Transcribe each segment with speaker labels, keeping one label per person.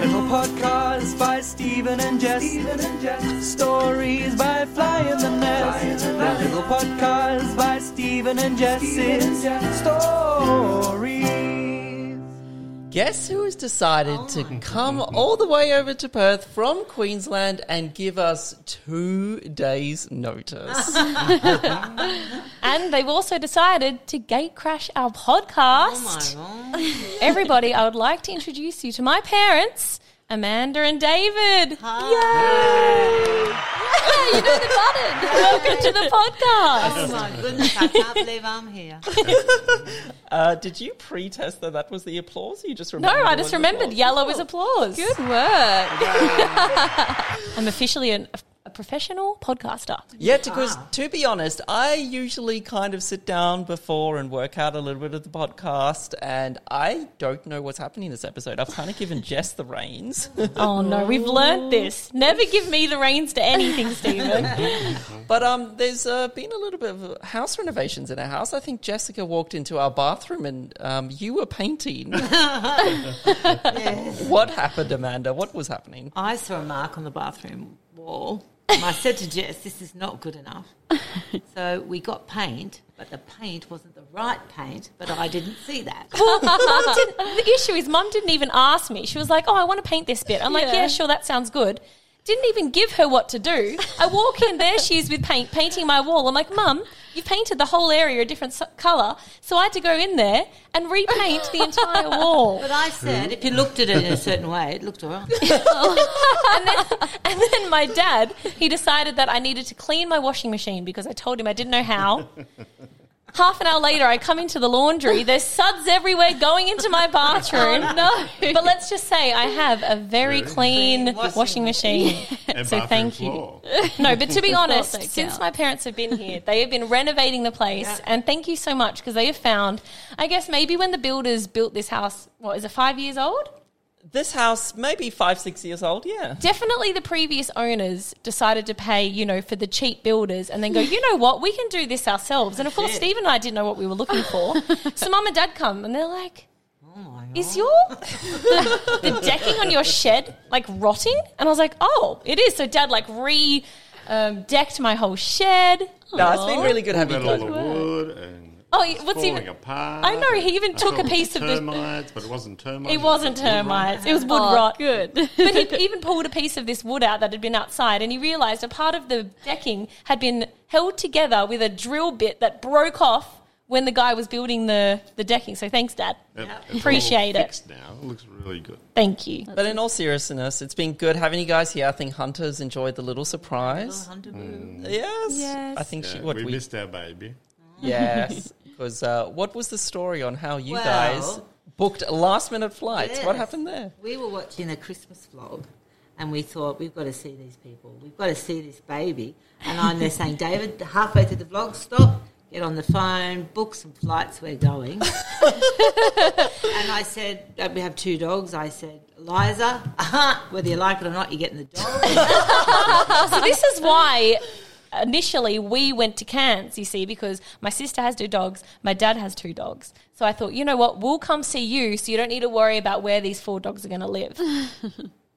Speaker 1: The little podcast by Stephen and Jess. Stories by Fly in the Nest. The little podcast by Stephen and Jess. It's Stories.
Speaker 2: Guess who's decided to come all the way over to Perth from Queensland and give us two days' notice?
Speaker 3: And they've also decided to gate crash our podcast. Everybody, I would like to introduce you to my parents, Amanda and David. Yay! Yeah, you know the button. Welcome to the podcast.
Speaker 4: Oh my goodness, I can't believe I'm here.
Speaker 2: uh, did you pre-test that that was the applause? Or you just
Speaker 3: No,
Speaker 2: remembered
Speaker 3: I
Speaker 2: it
Speaker 3: just
Speaker 2: was
Speaker 3: remembered.
Speaker 2: applause?
Speaker 3: Yellow is applause. Good work. I'm officially an, a professional podcaster.
Speaker 2: Yeah, because to be honest, I usually kind of sit down before and work out a little bit of the podcast, and I don't know what's happening this episode. I've kind of given Jess the reins.
Speaker 3: Oh no, we've learnt this. Never give me the reins to anything, Stephen.
Speaker 2: But um, there's uh, been a little bit of house renovations in our house. I think Jessica walked into our bathroom and um, you were painting. What happened, Amanda? What was happening?
Speaker 4: I saw a mark on the bathroom wall. And I said to Jess, this is not good enough. So we got paint, but the paint wasn't the right paint, but I didn't see that.
Speaker 3: Mum didn't- the issue is, mum didn't even ask me. She was like, "Oh, I want to paint this bit." I'm like,
Speaker 5: Yeah.
Speaker 3: "Yeah, sure, that sounds good." Didn't even give her what to do. I walk in there, she is with paint painting my wall. I'm like, "Mum, you've painted the whole area a different s- color." So I had to go in there and repaint the entire wall.
Speaker 4: But I said, if you looked at it in a certain way, it looked all right.
Speaker 3: And then my dad, he decided that I needed to clean my washing machine because I told him I didn't know how. Half an hour later, I come into the laundry. There's suds everywhere going into my bathroom. no. But let's just say I have a very clean
Speaker 4: Washing
Speaker 3: washing machine.
Speaker 6: And
Speaker 3: So
Speaker 6: bathroom
Speaker 3: thank you.
Speaker 6: floor.
Speaker 3: No, but to be honest,
Speaker 5: they
Speaker 3: since
Speaker 5: count.
Speaker 3: my parents have been here, they have been renovating the place. And thank you so much because they have found, I guess, maybe when the builders built this house, what is it, five years old?
Speaker 2: This house, maybe five, six years old, yeah.
Speaker 3: definitely the previous owners decided to pay, you know, for the cheap builders and then go, you know what, we can do this ourselves. And of course, Steve and I didn't know what we were looking for. so mum and dad come and they're like,
Speaker 2: Oh
Speaker 3: is your the, the decking on your shed like rotting? And I was like, oh, it is. So dad like re um, decked my whole shed.
Speaker 2: No, it's been really good having you
Speaker 6: Metal
Speaker 2: guys.
Speaker 6: the wood and
Speaker 3: Oh,
Speaker 6: it's
Speaker 3: what's
Speaker 6: falling
Speaker 3: even-
Speaker 6: apart.
Speaker 3: I know, he even
Speaker 6: I
Speaker 3: took
Speaker 6: thought
Speaker 3: a piece of the-
Speaker 6: termites, but it wasn't termites.
Speaker 3: It wasn't
Speaker 6: was wood rot.
Speaker 3: termites. It was wood
Speaker 5: Oh,
Speaker 3: rot.
Speaker 5: good.
Speaker 3: but he even pulled a piece of this wood out that had been outside, and he realised a part of the decking had been held together with a drill bit that broke off when the guy was building the, the decking. So thanks, Dad.
Speaker 6: It- it's all
Speaker 3: Appreciate it.
Speaker 6: fixed Now it looks really good.
Speaker 3: Thank you.
Speaker 2: But in all seriousness, it's been good having you guys here. I think Hunter's enjoyed the little surprise.
Speaker 4: Oh,
Speaker 2: Yes.
Speaker 5: Yes.
Speaker 2: I think she,
Speaker 6: Yeah,
Speaker 2: what
Speaker 6: we,
Speaker 2: we,
Speaker 6: missed our baby.
Speaker 2: Yes. Because uh, what was the story on how you
Speaker 4: Well-
Speaker 2: guys booked last minute flights? What
Speaker 4: Yes.
Speaker 2: happened there?
Speaker 4: We were watching a Christmas vlog and we thought, we've got to see these people. We've got to see this baby. And I'm there saying, David, halfway through the vlog, stop, get on the phone, book some flights, we're going. and I said, uh, we have two dogs. I said, Eliza, uh-huh, whether you like it or not, you're getting the dog.
Speaker 3: So this is why initially we went to Cairns, you see, because my sister has two dogs, my dad has two dogs. So I thought, you know what, we'll come see you so you don't need to worry about where these four dogs are going to live.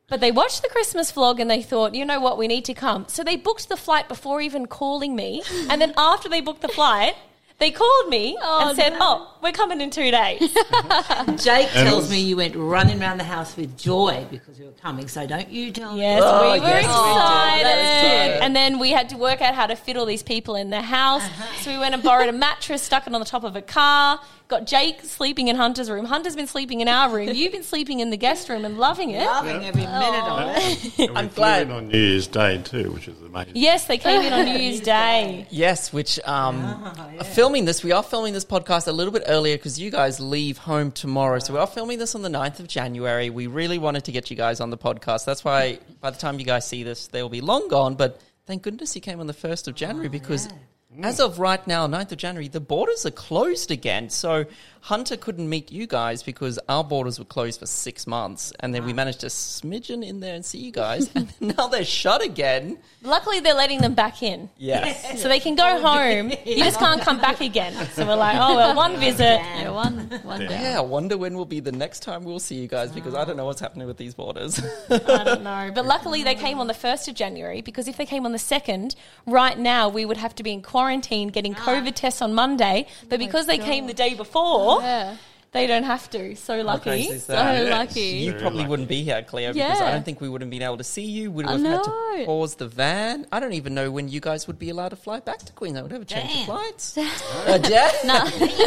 Speaker 3: but they watched the Christmas vlog and they thought, you know what, we need to come. So they booked the flight before even calling me. And then after they booked the flight, they called me and said, oh, we're coming in two days.
Speaker 4: Jake
Speaker 6: And it
Speaker 4: tells
Speaker 6: was-
Speaker 4: me you went running around the house with joy because we were coming. So don't you tell me.
Speaker 3: Yes,
Speaker 2: Oh,
Speaker 3: we were
Speaker 2: yes, we did.
Speaker 3: excited.
Speaker 2: That's good.
Speaker 3: and then we had to work out how to fit all these people in the house.
Speaker 2: Uh-huh.
Speaker 3: So we went and borrowed a mattress, stuck it on the top of a car, got Jake sleeping in Hunter's room. Hunter's been sleeping in our room. You've been sleeping in the guest room and loving it.
Speaker 4: Loving every minute of it.
Speaker 6: I'm
Speaker 2: glad.
Speaker 6: on New Year's Day too, which is amazing.
Speaker 3: Yes, they came in on New Year's Day.
Speaker 2: Yes, which um, filming this, we are filming this podcast a little bit earlier because you guys leave home tomorrow. So we are filming this on the 9th of January. We really wanted to get you guys on the podcast. That's why by the time you guys see this, they'll be long gone. But thank goodness you came on the 1st of January because Mm. As of right now, 9th of January, the borders are closed again. So Hunter couldn't meet you guys because our borders were closed for six months. And then we managed to smidgen in there and see you guys. and now they're shut again.
Speaker 3: Luckily, they're letting them back in.
Speaker 2: Yes. Oh,
Speaker 3: So they can go home. You just can't come back again. So we're like, oh, well, one visit.
Speaker 5: Yeah, one, one
Speaker 6: Yeah.
Speaker 5: down.
Speaker 2: Yeah, I wonder when will be the next time we'll see you guys because I don't know what's happening with these borders.
Speaker 3: I don't know. But luckily, they came on the 1st of January because if they came on the 2nd, right now, we would have to be in quarantine
Speaker 5: Ah.
Speaker 3: getting COVID tests on Monday. But because they came the day before,
Speaker 5: Oh Yeah.
Speaker 3: they don't have to. So lucky.
Speaker 2: crazy is
Speaker 5: So
Speaker 2: that?
Speaker 5: lucky.
Speaker 2: you
Speaker 6: Very
Speaker 2: probably
Speaker 6: lucky.
Speaker 2: wouldn't be here, Cleo, because I
Speaker 5: Yeah.
Speaker 2: don't think we would have been able to see you. We'd
Speaker 5: I
Speaker 2: have had to
Speaker 5: know.
Speaker 2: pause the van. I don't even know when you guys would be allowed to fly back to Queensland. We'd have a change of
Speaker 4: Damn.
Speaker 2: flights. Uh, yeah.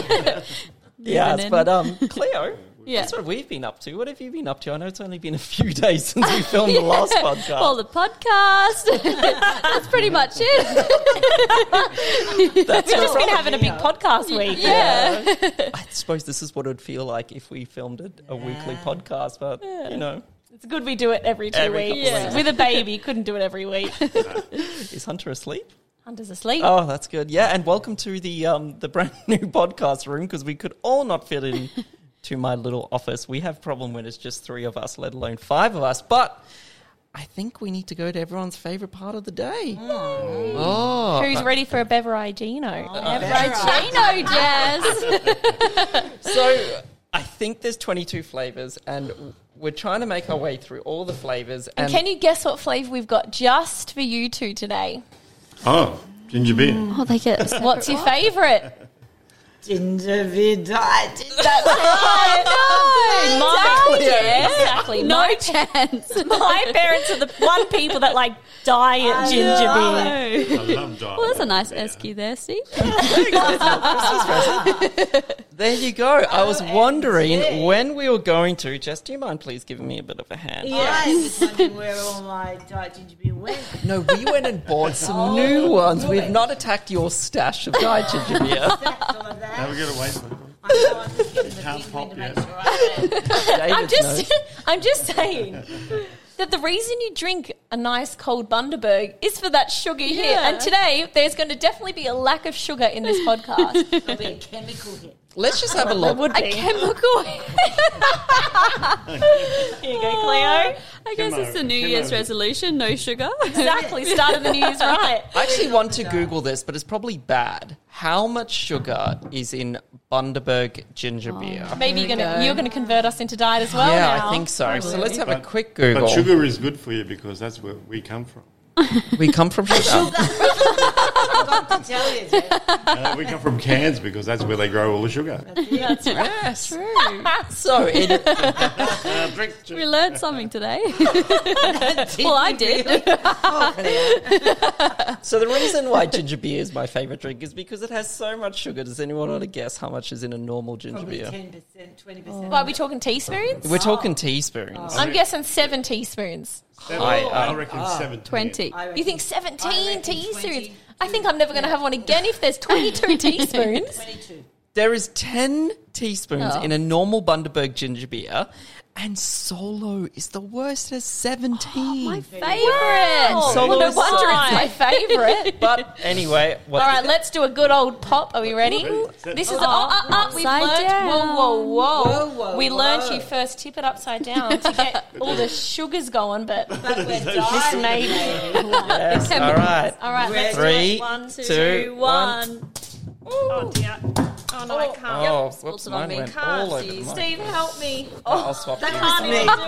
Speaker 2: Yes,
Speaker 5: Moving in.
Speaker 2: but um, Cleo.
Speaker 5: Yeah.
Speaker 2: That's what we've been up to. What have you been up to? I know it's only been a few days since we filmed the last podcast.
Speaker 5: All the podcast. That's pretty much it.
Speaker 2: That's
Speaker 3: We've just
Speaker 2: right.
Speaker 3: been having a big podcast week.
Speaker 5: Yeah.
Speaker 2: I suppose this is what it would feel like if we filmed it a weekly podcast, but you know,
Speaker 3: It's good we do it every two
Speaker 2: Every couple
Speaker 3: weeks.
Speaker 5: of weeks.
Speaker 3: With a baby, couldn't do it every week.
Speaker 2: is Hunter asleep?
Speaker 3: Hunter's asleep.
Speaker 2: Oh, that's good. Yeah, and welcome to the um, the brand new podcast room because we could all not fit in to my little office. We have problem when it's just three of us, let alone five of us. But I think we need to go to everyone's favorite part of the day. Mm. Oh,
Speaker 3: Who's ready for a
Speaker 5: Oh,
Speaker 3: Beverigino?
Speaker 5: Chino Jazz.
Speaker 2: so I think there's 22 flavors, and we're trying to make our way through all the flavors. And,
Speaker 3: And can you guess what flavour we've got just for you two today?
Speaker 6: Oh, ginger beer.
Speaker 5: Oh, they get
Speaker 3: What's your favourite?
Speaker 4: Ginger beer diet.
Speaker 3: My, yeah, Oh, exactly.
Speaker 5: no
Speaker 3: My,
Speaker 5: chance.
Speaker 3: my parents are the one people that like diet ginger beer.
Speaker 6: I love diet.
Speaker 5: Well, that's a nice esky there, see?
Speaker 2: there you go. I was wondering when we were going to. Jess, do you mind please giving me a bit of a hand?
Speaker 4: Yes. I was wondering where all my diet ginger beer went.
Speaker 2: No, we went and bought some new ones. We've not attacked your stash of diet ginger beer.
Speaker 4: All of
Speaker 6: Now
Speaker 4: that.
Speaker 6: we got to wait for it.
Speaker 4: I know I'm just getting the
Speaker 6: Can't
Speaker 4: big
Speaker 6: pop
Speaker 4: one to make
Speaker 6: yet.
Speaker 4: sure I don't-
Speaker 2: David
Speaker 3: I'm just,
Speaker 2: knows.
Speaker 3: I'm just saying that the reason you drink a nice cold Bundaberg is for that sugar hit.
Speaker 5: Yeah.
Speaker 3: And today, there's going to definitely be a lack of sugar in this podcast.
Speaker 4: It'll be a chemical hit.
Speaker 2: Let's just have a look.
Speaker 3: Would
Speaker 5: A chemical.
Speaker 3: Here you go, Cleo.
Speaker 5: I guess it's the
Speaker 6: Chemo.
Speaker 5: New Year's
Speaker 6: Chemo.
Speaker 5: resolution no sugar.
Speaker 3: Exactly. Started the news right.
Speaker 2: I actually want to Google this, but it's probably bad. How much sugar is in Bundaberg ginger beer?
Speaker 3: Maybe you're
Speaker 5: There we
Speaker 3: gonna
Speaker 5: go.
Speaker 3: you're gonna convert us into diet as well.
Speaker 2: Yeah,
Speaker 3: Oh, now.
Speaker 2: I think so. So let's have a
Speaker 6: But-
Speaker 2: quick Google.
Speaker 6: But sugar is good for you because that's where we come from.
Speaker 2: We come from sugar.
Speaker 4: I've got to tell you, Jeff.
Speaker 6: Uh, we come from cans because that's where they grow all the sugar.
Speaker 2: yes.
Speaker 5: True.
Speaker 2: So it,
Speaker 6: Uh, drink
Speaker 5: We
Speaker 6: ju-
Speaker 5: learned something today. well, I did.
Speaker 2: so the reason why ginger beer is my favorite drink is because it has so much sugar. Does anyone want to guess how much is in a normal ginger
Speaker 4: Probably
Speaker 2: beer?
Speaker 4: 10%, 20%.
Speaker 3: Why are we talking teaspoons?
Speaker 2: We're talking teaspoons.
Speaker 3: I'm Oh. guessing seven teaspoons.
Speaker 6: seven-
Speaker 2: I-
Speaker 6: I reckon 17.
Speaker 5: 20.
Speaker 4: I reckon
Speaker 3: You think 17
Speaker 4: reckon
Speaker 3: teaspoons?
Speaker 4: 20.
Speaker 3: I think I'm never going to have one again if there's 22 teaspoons.
Speaker 4: 22.
Speaker 2: There is 10 teaspoons
Speaker 5: Oh.
Speaker 2: in a normal Bundaberg ginger beer, and Solo is the worst. It has 17.
Speaker 5: My favourite.
Speaker 3: Wow.
Speaker 2: So
Speaker 3: Well, no
Speaker 2: nice.
Speaker 3: wonder it's my favourite.
Speaker 2: but anyway, what
Speaker 3: All right, let's do a good old pop. Are we ready?
Speaker 6: Ooh.
Speaker 3: This is oh, oh, oh, we've
Speaker 5: Upside
Speaker 3: learned.
Speaker 5: down.
Speaker 3: Whoa, whoa, whoa,
Speaker 4: Whoa, whoa,
Speaker 3: We learned
Speaker 4: whoa.
Speaker 3: you first tip it upside down to get all the sugars going, but
Speaker 4: But we're
Speaker 3: this
Speaker 4: dying.
Speaker 3: may be one.
Speaker 2: Yes, all right.
Speaker 3: All right, let's do
Speaker 2: Three,
Speaker 3: it. One, two,
Speaker 2: two,
Speaker 3: one.
Speaker 5: Oh,
Speaker 3: Yeah. Oh no, I can't.
Speaker 2: Oh, whoops,
Speaker 5: Spilled it
Speaker 2: mine
Speaker 5: on me.
Speaker 2: went
Speaker 5: Can't
Speaker 2: all over
Speaker 5: see.
Speaker 2: the mic.
Speaker 3: Steve, help me. Oh,
Speaker 2: I'll swap you.
Speaker 3: can't
Speaker 4: Me.
Speaker 3: even do it. All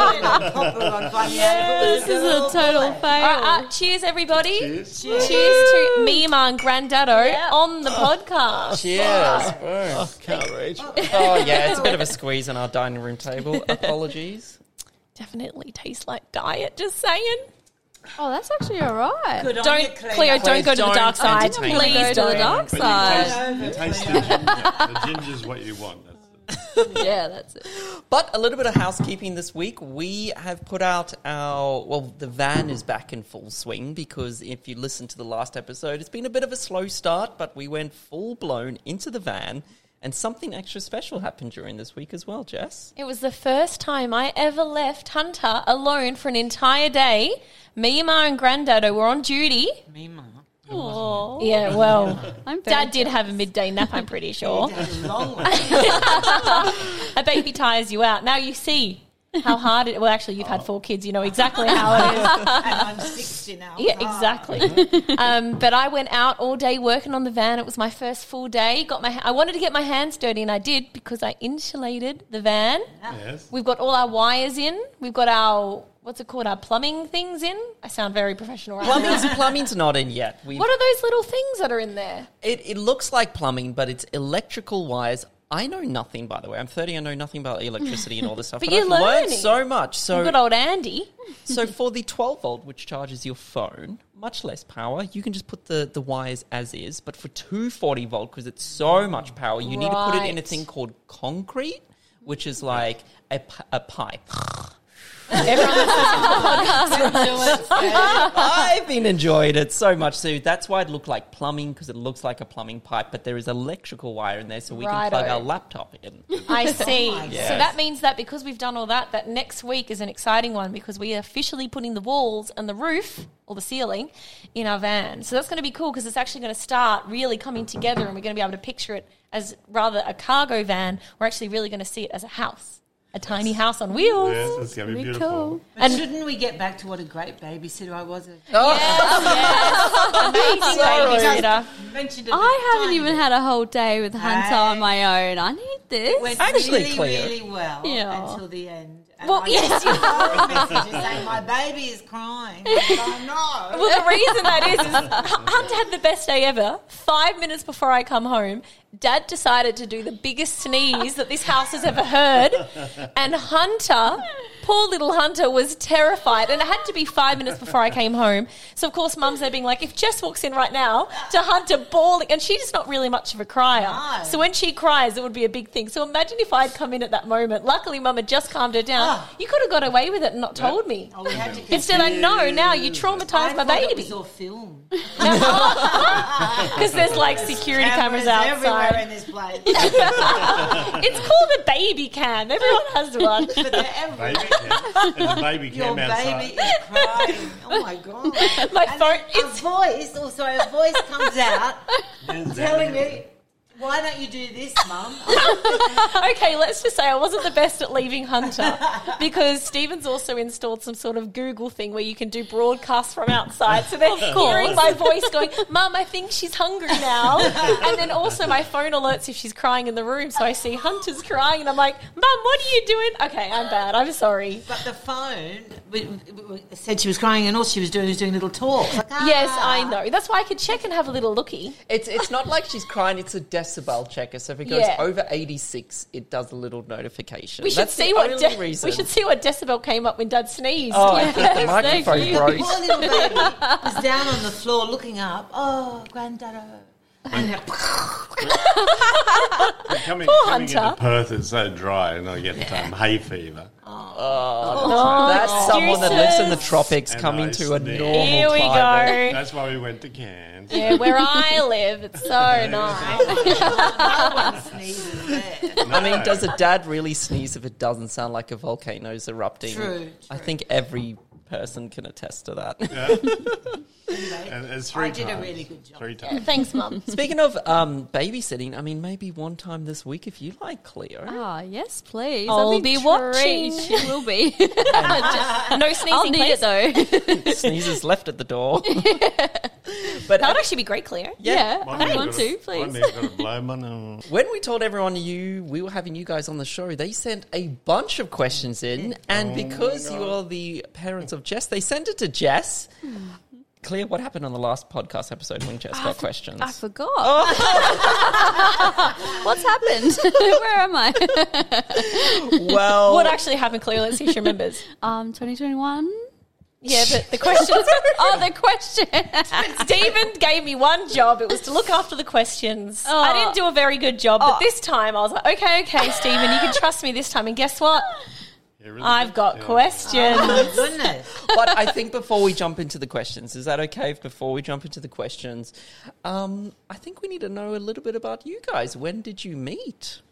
Speaker 4: Pop it on fire.
Speaker 5: This is a total fail.
Speaker 3: right, uh, cheers, everybody.
Speaker 6: Cheers.
Speaker 3: Cheers to Mima and Grandaddo
Speaker 5: Yeah.
Speaker 3: on the podcast.
Speaker 2: Cheers. Boom.
Speaker 6: Can't reach.
Speaker 2: Oh, yeah, it's a bit of a squeeze on our dining room table. Apologies.
Speaker 3: Definitely tastes like diet. Just saying.
Speaker 5: Oh, that's actually all right.
Speaker 4: Good on you,
Speaker 3: Don't
Speaker 4: Cleo.
Speaker 3: Cleo. Don't
Speaker 2: Please
Speaker 3: go to the
Speaker 2: don't
Speaker 3: dark side.
Speaker 2: entertain
Speaker 5: Please go
Speaker 3: Please
Speaker 5: to the
Speaker 3: don't.
Speaker 5: dark side.
Speaker 6: But you taste, you taste the ginger. The ginger's what you want. That's it.
Speaker 5: Yeah, that's it.
Speaker 2: But a little bit of housekeeping this week. We have put out our well, the van is back in full swing because if you listen to the last episode, it's been a bit of a slow start, but we went full blown into the van, and something extra special happened during this week as well, Jess.
Speaker 3: It was the first time I ever left Hunter alone for an entire day. Mima and Grandaddo were on duty.
Speaker 4: Meanwhile,
Speaker 5: Aw.
Speaker 3: Yeah, well,
Speaker 5: I'm very
Speaker 3: Dad did have a midday nap, I'm pretty sure.
Speaker 4: That's a long one.
Speaker 3: A baby tires you out. Now you see how hard it. Well, actually, you've had four kids. You know exactly how it is.
Speaker 4: and I'm 60 now.
Speaker 3: Yeah,
Speaker 4: Ah.
Speaker 3: exactly. um, but I went out all day working on the van. It was my first full day. Got my. I wanted to get my hands dirty, and I did because I insulated the van.
Speaker 6: Yes.
Speaker 3: We've got all our wires in. We've got our what's it called? Our plumbing things in. I sound very professional. Right now.
Speaker 2: Plumbing's, plumbing's not in yet. We
Speaker 3: What are those little things that are in there?
Speaker 2: it, it looks like plumbing, but it's electrical wires. I know nothing, by the way. I'm 30. I know nothing about electricity and all this stuff.
Speaker 3: But
Speaker 2: I've
Speaker 3: you're
Speaker 2: learned
Speaker 3: learning.
Speaker 2: so much. So
Speaker 3: Good old Andy.
Speaker 2: So for the 12 volt, which charges your phone, much less power, you can just put the, the wires as is. But for 240 volt, because it's so much power, you need to put it in a
Speaker 3: Right.
Speaker 2: thing called concrete, which is like a, p- a pipe. Everyone I've been enjoying it so much. So that's why it looked like plumbing, because it looks like a plumbing pipe, but there is electrical wire in there, so we can plug
Speaker 3: Righto.
Speaker 2: our laptop in.
Speaker 3: I see.
Speaker 2: Yes.
Speaker 3: So that means that because we've done all that, that next week is an exciting one because we are officially putting the walls and the roof or the ceiling in our van. So that's going to be cool because it's actually going to start really coming together and we're going to be able to picture it as rather a cargo van. We're actually really going to see it as a house, a tiny house on wheels.
Speaker 6: Yes, it's going to be
Speaker 5: Pretty
Speaker 6: beautiful.
Speaker 5: cool.
Speaker 4: But shouldn't we get back to what a great babysitter I was?
Speaker 3: Yes, amazing babysitter.
Speaker 4: Mentioned it
Speaker 5: I
Speaker 4: at the
Speaker 5: haven't
Speaker 4: time.
Speaker 5: even had a whole day with Hunter on
Speaker 4: Hey.
Speaker 5: my own. I need
Speaker 4: It went
Speaker 5: this.
Speaker 2: Actually,
Speaker 4: really,
Speaker 2: Cleo.
Speaker 4: really well
Speaker 5: Yeah.
Speaker 4: until the end. And
Speaker 5: Well,
Speaker 4: I
Speaker 5: yes,
Speaker 4: got a message saying my baby is crying. I know.
Speaker 3: Well, the reason that is, is Hunter had the best day ever. Five minutes before I come home, Dad decided to do the biggest sneeze that this house has ever heard. And Hunter, poor little Hunter, was terrified. And it had to be five minutes before I came home. So, of course, Mum's there being like, if Jess walks in right now to Hunter bawling, and she's not really much of a crier.
Speaker 4: No.
Speaker 3: So, when she cries, it would be a big thing. So, imagine if I'd come in at that moment. Luckily, Mum had just calmed her down.
Speaker 4: Ah.
Speaker 3: You could have got away with it and not told me.
Speaker 4: Oh, we had to
Speaker 3: Instead, I know now you traumatized my
Speaker 4: thought it
Speaker 3: baby.
Speaker 4: was all film.
Speaker 3: Because there's like security cameras, outside.
Speaker 4: everywhere in this place.
Speaker 3: It's called a baby cam. Everyone has one.
Speaker 4: But they're everywhere.
Speaker 6: Baby cam. There's a baby
Speaker 4: Your
Speaker 6: cam outside.
Speaker 4: baby is crying. Oh my god!
Speaker 3: My phone.
Speaker 4: And then a
Speaker 3: It's
Speaker 4: voice, oh sorry, a voice comes out
Speaker 6: There's
Speaker 4: telling
Speaker 6: baby.
Speaker 4: me, "Why don't you do this, Mum?"
Speaker 3: okay. Let's just say I wasn't the best at leaving Hunter because Stephen's also installed some sort of Google thing where you can do broadcasts from outside. So they're hearing my voice going, "Mum, I think she's hungry now," and then also my phone alerts if she's crying in the room. So I see Hunter's crying, and I'm like, "Mum, what are you doing?" Okay, I'm bad. I'm sorry.
Speaker 4: But the phone we, we- we said she was crying, and all she was doing was doing little talks. Like, ah.
Speaker 3: Yes, I know. That's why I could check and have a little lookie.
Speaker 2: It's it's not like she's crying. It's a decibel checker. So if it goes
Speaker 3: Yeah.
Speaker 2: over eighty six, it does a little notification.
Speaker 3: We should
Speaker 2: That's
Speaker 3: see
Speaker 2: the
Speaker 3: what
Speaker 2: only
Speaker 3: de-
Speaker 2: reason.
Speaker 3: we should see what decibel came up when Dad sneezed.
Speaker 2: Oh, I think the
Speaker 3: thank
Speaker 2: microphone
Speaker 3: you.
Speaker 2: broke.
Speaker 4: Poor little baby was down on the floor looking up. Oh, granddad. And then,
Speaker 6: Coming,
Speaker 3: Poor
Speaker 6: coming into
Speaker 3: Hunter.
Speaker 6: Perth is so dry, and I get um, hay fever.
Speaker 3: Oh,
Speaker 2: That's someone that lives in the
Speaker 3: excuses.
Speaker 2: tropics
Speaker 6: And
Speaker 2: coming
Speaker 6: I
Speaker 2: to a
Speaker 6: sneeze.
Speaker 2: normal
Speaker 3: Here we
Speaker 2: climate.
Speaker 3: go.
Speaker 6: That's why we went to Cairns.
Speaker 3: Yeah, where I live, it's so nice.
Speaker 4: sneezes there.
Speaker 2: I mean, does a dad really sneeze if it doesn't sound like a volcano's erupting?
Speaker 4: True,
Speaker 2: I think every person can attest to that.
Speaker 4: Anyway,
Speaker 6: And it's three
Speaker 4: I did a
Speaker 6: times.
Speaker 4: really good job.
Speaker 6: Three times.
Speaker 3: Thanks, Mum.
Speaker 2: Speaking of um, babysitting, I mean, maybe one time this week, if you like, Cleo.
Speaker 5: Ah, yes, please.
Speaker 3: I'll
Speaker 5: I'll
Speaker 3: be
Speaker 5: be treat-
Speaker 3: watching.
Speaker 5: She will be.
Speaker 3: No sneezing,
Speaker 5: I'll need
Speaker 3: please.
Speaker 5: it though.
Speaker 2: Sneezes left at the door. but
Speaker 3: That would actually be great, Cleo.
Speaker 5: yeah,
Speaker 6: One
Speaker 5: I
Speaker 6: man's
Speaker 5: want
Speaker 6: got a-
Speaker 5: to,
Speaker 6: One
Speaker 5: please.
Speaker 6: man's got a blow man and
Speaker 2: When we told everyone you we were having you guys on the show, they sent a bunch of questions in, and because you are the parents of Jess, they sent it to Jess. Clear what happened on the last podcast episode when Jess got questions.
Speaker 5: I forgot. What's happened? Where am I?
Speaker 2: well,
Speaker 3: What actually happened, Cleo? Let's see if she remembers.
Speaker 5: Um, 2021.
Speaker 3: Yeah, but the questions.
Speaker 5: Oh, the question.
Speaker 3: Stephen gave me one job. It was to look after the questions.
Speaker 5: Oh.
Speaker 3: I didn't do a very good job, but
Speaker 5: Oh.
Speaker 3: this time I was like, okay, okay, Stephen, you can trust me this time. And guess what?
Speaker 6: Yeah, really
Speaker 3: I've
Speaker 6: good.
Speaker 3: got
Speaker 6: Yeah.
Speaker 3: questions.
Speaker 4: My goodness.
Speaker 2: but I think before we jump into the questions, is that okay? If before we jump into the questions, um, I think we need to know a little bit about you guys. When did you meet?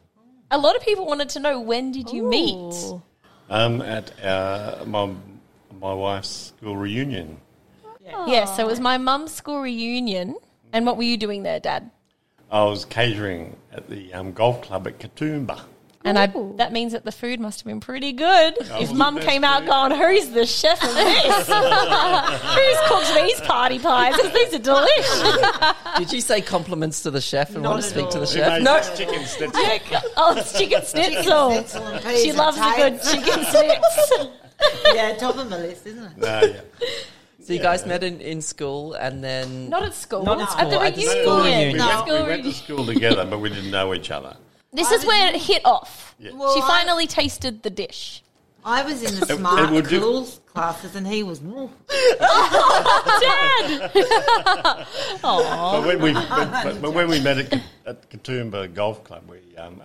Speaker 3: A lot of people wanted to know when did you meet?
Speaker 5: Ooh.
Speaker 6: Um, at uh, my my wife's school reunion.
Speaker 3: Yeah, so it was my mum's school reunion. And what were you doing there, Dad?
Speaker 6: I was catering at the um, golf club at Katoomba.
Speaker 3: And I,
Speaker 5: Ooh.
Speaker 3: that means that the food must have been pretty good. if
Speaker 6: was the
Speaker 3: mum
Speaker 6: best
Speaker 3: came out
Speaker 6: food.
Speaker 3: going, who's the chef of this? who's cooked these party pies? 'Cause These are delicious.
Speaker 2: Did you say compliments to the chef and want to
Speaker 4: at
Speaker 2: speak to
Speaker 4: all.
Speaker 2: the
Speaker 6: Who
Speaker 2: chef?
Speaker 6: made
Speaker 2: No.
Speaker 6: those chicken schnitzel?
Speaker 3: oh, it's chicken schnitzel.
Speaker 4: Excellent
Speaker 3: She loves a good chicken schnitzel.
Speaker 4: Yeah, top of my list, isn't it?
Speaker 6: No, yeah.
Speaker 2: So you guys met in, in school and then.
Speaker 3: Not at school.
Speaker 2: Not at
Speaker 3: At the
Speaker 2: school, at the
Speaker 3: reunion.
Speaker 2: school
Speaker 6: We,
Speaker 2: reunion.
Speaker 3: No.
Speaker 6: went, we went to school together, but we didn't know each other.
Speaker 5: This is where it hit off.
Speaker 6: Yeah.
Speaker 3: She
Speaker 4: Well, I-
Speaker 3: finally tasted the dish.
Speaker 4: I was in the
Speaker 6: It-
Speaker 4: smart
Speaker 6: it would do-
Speaker 4: cool classes, and he was. "Mm."
Speaker 6: But when we, but, but, but when we met at, Ka- at Katoomba Golf Club, we um,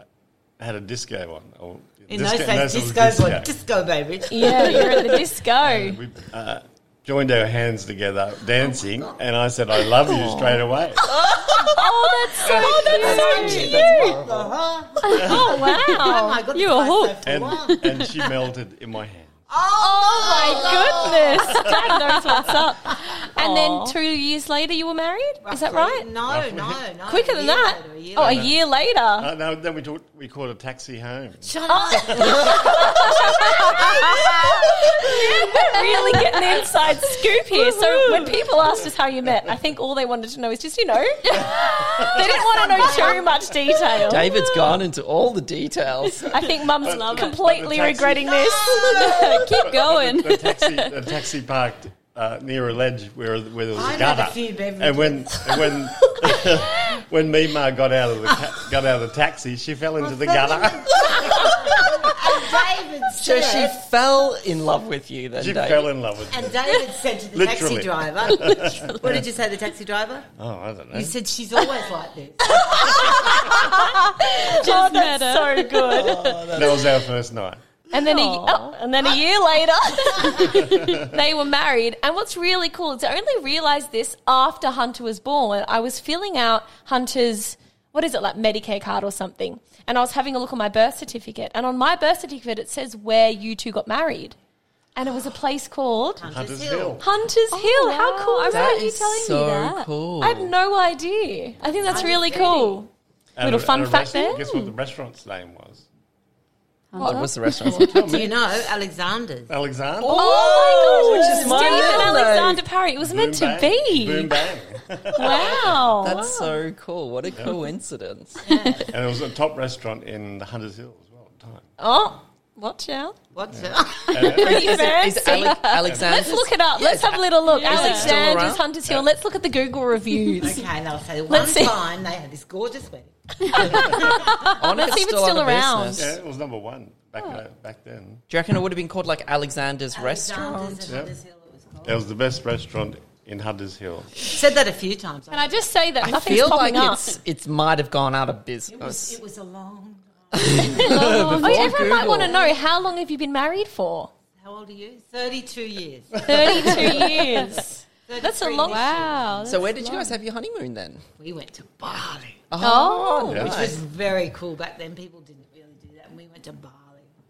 Speaker 6: had a disco on. Or
Speaker 4: In
Speaker 6: disco-
Speaker 4: those
Speaker 6: no,
Speaker 4: days,
Speaker 6: it was
Speaker 4: disco, boy, disco baby.
Speaker 3: Yeah, you're at the disco.
Speaker 6: We uh, joined our hands together dancing, and I said, "I love you" straight away.
Speaker 3: Oh, that's so cute.
Speaker 4: Uh-huh.
Speaker 3: Oh,
Speaker 4: Oh
Speaker 3: wow.
Speaker 4: my god,
Speaker 3: you
Speaker 4: the
Speaker 3: were
Speaker 4: guy's so
Speaker 3: hooked.
Speaker 6: And,
Speaker 4: full on.
Speaker 6: and she melted in my hand.
Speaker 3: Oh, my goodness. Dad knows what's up. And
Speaker 5: Aw.
Speaker 3: then two years later, you were married? Is that
Speaker 4: Roughly.
Speaker 3: right?
Speaker 4: Oh, No, no, no.
Speaker 3: Quicker
Speaker 4: a
Speaker 3: than
Speaker 4: year
Speaker 3: that.
Speaker 4: later, a year
Speaker 3: Oh, a
Speaker 4: later.
Speaker 3: year later.
Speaker 6: Uh, no, then we talked, we called a taxi home.
Speaker 3: We're really getting the inside scoop here. So when people asked us how you met, I think all they wanted to know is just, you know, they didn't want to know too much detail.
Speaker 2: David's gone into all the details.
Speaker 3: I think Mum's
Speaker 6: Love it.
Speaker 3: completely
Speaker 6: But the taxi-
Speaker 3: regretting this.
Speaker 5: Keep going.
Speaker 6: The taxi, the taxi parked uh, near a ledge where, where there was
Speaker 4: I
Speaker 6: a
Speaker 4: made
Speaker 6: gutter.
Speaker 4: a few beverages.
Speaker 6: and when and when when Mima got out of the ca- got out of the taxi, she fell into the gutter.
Speaker 4: David
Speaker 2: So she
Speaker 4: said,
Speaker 2: fell in love with you then,
Speaker 6: she
Speaker 2: David.
Speaker 6: fell in love with me.
Speaker 4: and David said to the taxi
Speaker 6: Literally.
Speaker 4: driver, "What did you say, to the taxi driver?"
Speaker 6: Oh, I don't know.
Speaker 4: You said she's always like this.
Speaker 3: oh, that's so good.
Speaker 6: that was our first night.
Speaker 3: And then, a,
Speaker 5: Aw.
Speaker 3: oh, and then a year later, they were married. And what's really cool is I only realized this after Hunter was born. I was filling out Hunter's, what is it, like Medicare card or something. And I was having a look on my birth certificate. And on my birth certificate, it says where you two got married. And it was a place called
Speaker 6: Hunter's Hill.
Speaker 3: Hunter's Hill. How cool is
Speaker 5: I
Speaker 3: that?
Speaker 5: remember you telling
Speaker 2: so
Speaker 5: me that.
Speaker 2: cool.
Speaker 3: I have no idea. I think that's really
Speaker 4: dating.
Speaker 3: cool.
Speaker 6: At
Speaker 3: Little
Speaker 6: a-
Speaker 3: fun
Speaker 6: at a
Speaker 3: fact
Speaker 6: rest-
Speaker 3: there.
Speaker 6: Guess what the restaurant's name was?
Speaker 2: What was the restaurant?
Speaker 4: Do you know Alexander's?
Speaker 6: Alexander.
Speaker 3: Oh,
Speaker 2: which
Speaker 3: my gosh,
Speaker 2: is my
Speaker 3: Stephen
Speaker 2: name.
Speaker 3: Alexander Parry. It was meant to
Speaker 6: Boom bang.
Speaker 3: be.
Speaker 6: Boom bang.
Speaker 3: Wow.
Speaker 2: That's so cool. What a coincidence.
Speaker 6: and it was a top restaurant in the Hunter's Hill as well at the time.
Speaker 3: Oh, watch out.
Speaker 4: What's it?
Speaker 2: Is it- is
Speaker 3: fancy.
Speaker 2: Ale- Alexander?
Speaker 3: Let's look it up. Let's have a little look.
Speaker 5: Yeah.
Speaker 3: Alexander's
Speaker 2: around?
Speaker 3: Hunter's Hill. Let's look at the Google reviews.
Speaker 4: Okay, they'll say one
Speaker 3: Let's see.
Speaker 4: time they had this gorgeous wedding.
Speaker 2: I wonder if
Speaker 3: Let's see if
Speaker 2: still,
Speaker 3: it's
Speaker 2: on
Speaker 3: still
Speaker 2: the
Speaker 3: around.
Speaker 2: business.
Speaker 6: Yeah, it was number one back,
Speaker 3: Oh.
Speaker 6: uh, back then.
Speaker 2: Do you reckon it would have been called like Alexander's
Speaker 4: Alexander's
Speaker 2: Restaurant?
Speaker 4: in Hunter's Hill, it was called.
Speaker 6: It was the best restaurant in Hunter's Hill.
Speaker 4: Said that a few times.
Speaker 3: Can I just say that
Speaker 2: I
Speaker 3: nothing's
Speaker 2: feel like
Speaker 3: popping up?
Speaker 2: it's it might have gone out of business.
Speaker 4: It was, it was a long.
Speaker 3: oh, yeah, everyone might
Speaker 2: Google.
Speaker 3: want to know how long have you been married for?
Speaker 4: How old are you? Thirty-two years.
Speaker 3: 32 years. That's a
Speaker 4: 33
Speaker 3: long
Speaker 4: years.
Speaker 5: Wow.
Speaker 2: so where did you guys have your honeymoon then?
Speaker 4: We went to Bali,
Speaker 5: Oh.
Speaker 6: Yeah.
Speaker 4: which was very cool back then. People didn't really do that, and we went to Bali.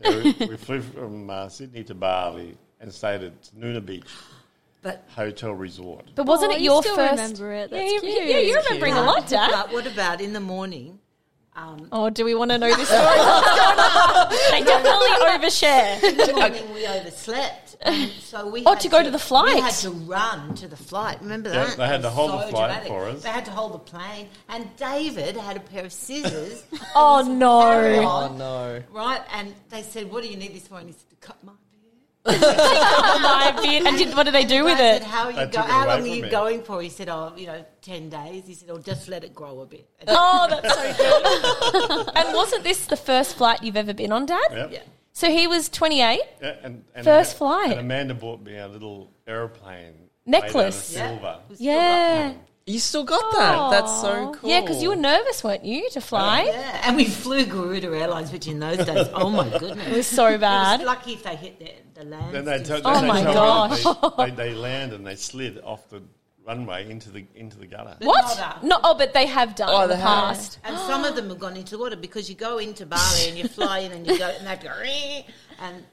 Speaker 6: Yeah, we, we flew from uh, Sydney to Bali and stayed at Nuna Beach
Speaker 4: But
Speaker 6: Hotel Resort.
Speaker 3: But wasn't
Speaker 5: Oh,
Speaker 3: it
Speaker 5: you
Speaker 3: your
Speaker 5: still
Speaker 3: first?
Speaker 5: remember it. That's
Speaker 3: yeah, you-
Speaker 5: cute.
Speaker 3: yeah, you're remembering a lot, Dad.
Speaker 4: But what about in the morning? Um,
Speaker 3: Oh, do we want to know this story? What's going on? They definitely overshare.
Speaker 4: in the morning we overslept, and so we
Speaker 3: Oh,
Speaker 4: had
Speaker 3: to go to the flight.
Speaker 4: We had to run to the flight. Remember
Speaker 6: Yeah,
Speaker 4: that?
Speaker 6: they had
Speaker 4: It
Speaker 6: to
Speaker 4: was
Speaker 6: hold the flight for us.
Speaker 4: They had to hold the plane, and David had a pair of scissors.
Speaker 3: Oh,
Speaker 4: Carry
Speaker 3: no.
Speaker 4: on.
Speaker 2: Oh no.
Speaker 4: right, and they said, "What do you need this for?" And he said, "To cut my." beard."
Speaker 3: My bit. Oh, And did, what did they do with
Speaker 4: I said,
Speaker 3: it?
Speaker 4: how, are you
Speaker 6: They
Speaker 4: go-
Speaker 6: took it
Speaker 4: how
Speaker 6: away
Speaker 4: long are
Speaker 6: from
Speaker 4: you
Speaker 6: me.
Speaker 4: going for? He said, oh, you know, 10 days. He said, oh, just let it grow a bit. And
Speaker 3: Oh, that's so good. and wasn't this the first flight you've ever been on, Dad?
Speaker 6: Yep.
Speaker 4: Yeah.
Speaker 3: So he was 28.
Speaker 6: Yeah, and, and
Speaker 3: First
Speaker 6: Ama-
Speaker 3: flight.
Speaker 6: And Amanda bought me a little airplane
Speaker 3: Necklace.
Speaker 6: Made out of silver.
Speaker 4: it was still
Speaker 3: Yeah.
Speaker 2: You still got that. That's so cool.
Speaker 3: Yeah, because you were nervous, weren't you, to fly?
Speaker 4: got- Yeah. And we flew Garuda Airlines, which in those days, oh my goodness.
Speaker 3: It was so
Speaker 4: I
Speaker 3: bad.
Speaker 4: was lucky if they hit the, the land.
Speaker 6: Then they told,
Speaker 3: Oh
Speaker 6: they
Speaker 3: my
Speaker 6: told
Speaker 3: gosh.
Speaker 6: me that They, they, they land and they slid off the runway into the into the gutter.
Speaker 3: What? No, oh, but they have done
Speaker 2: Oh,
Speaker 3: in the
Speaker 2: they have.
Speaker 3: past.
Speaker 4: And some of them have gone into the water because you go into Bali and you fly in and you go, and they go, "Eh," and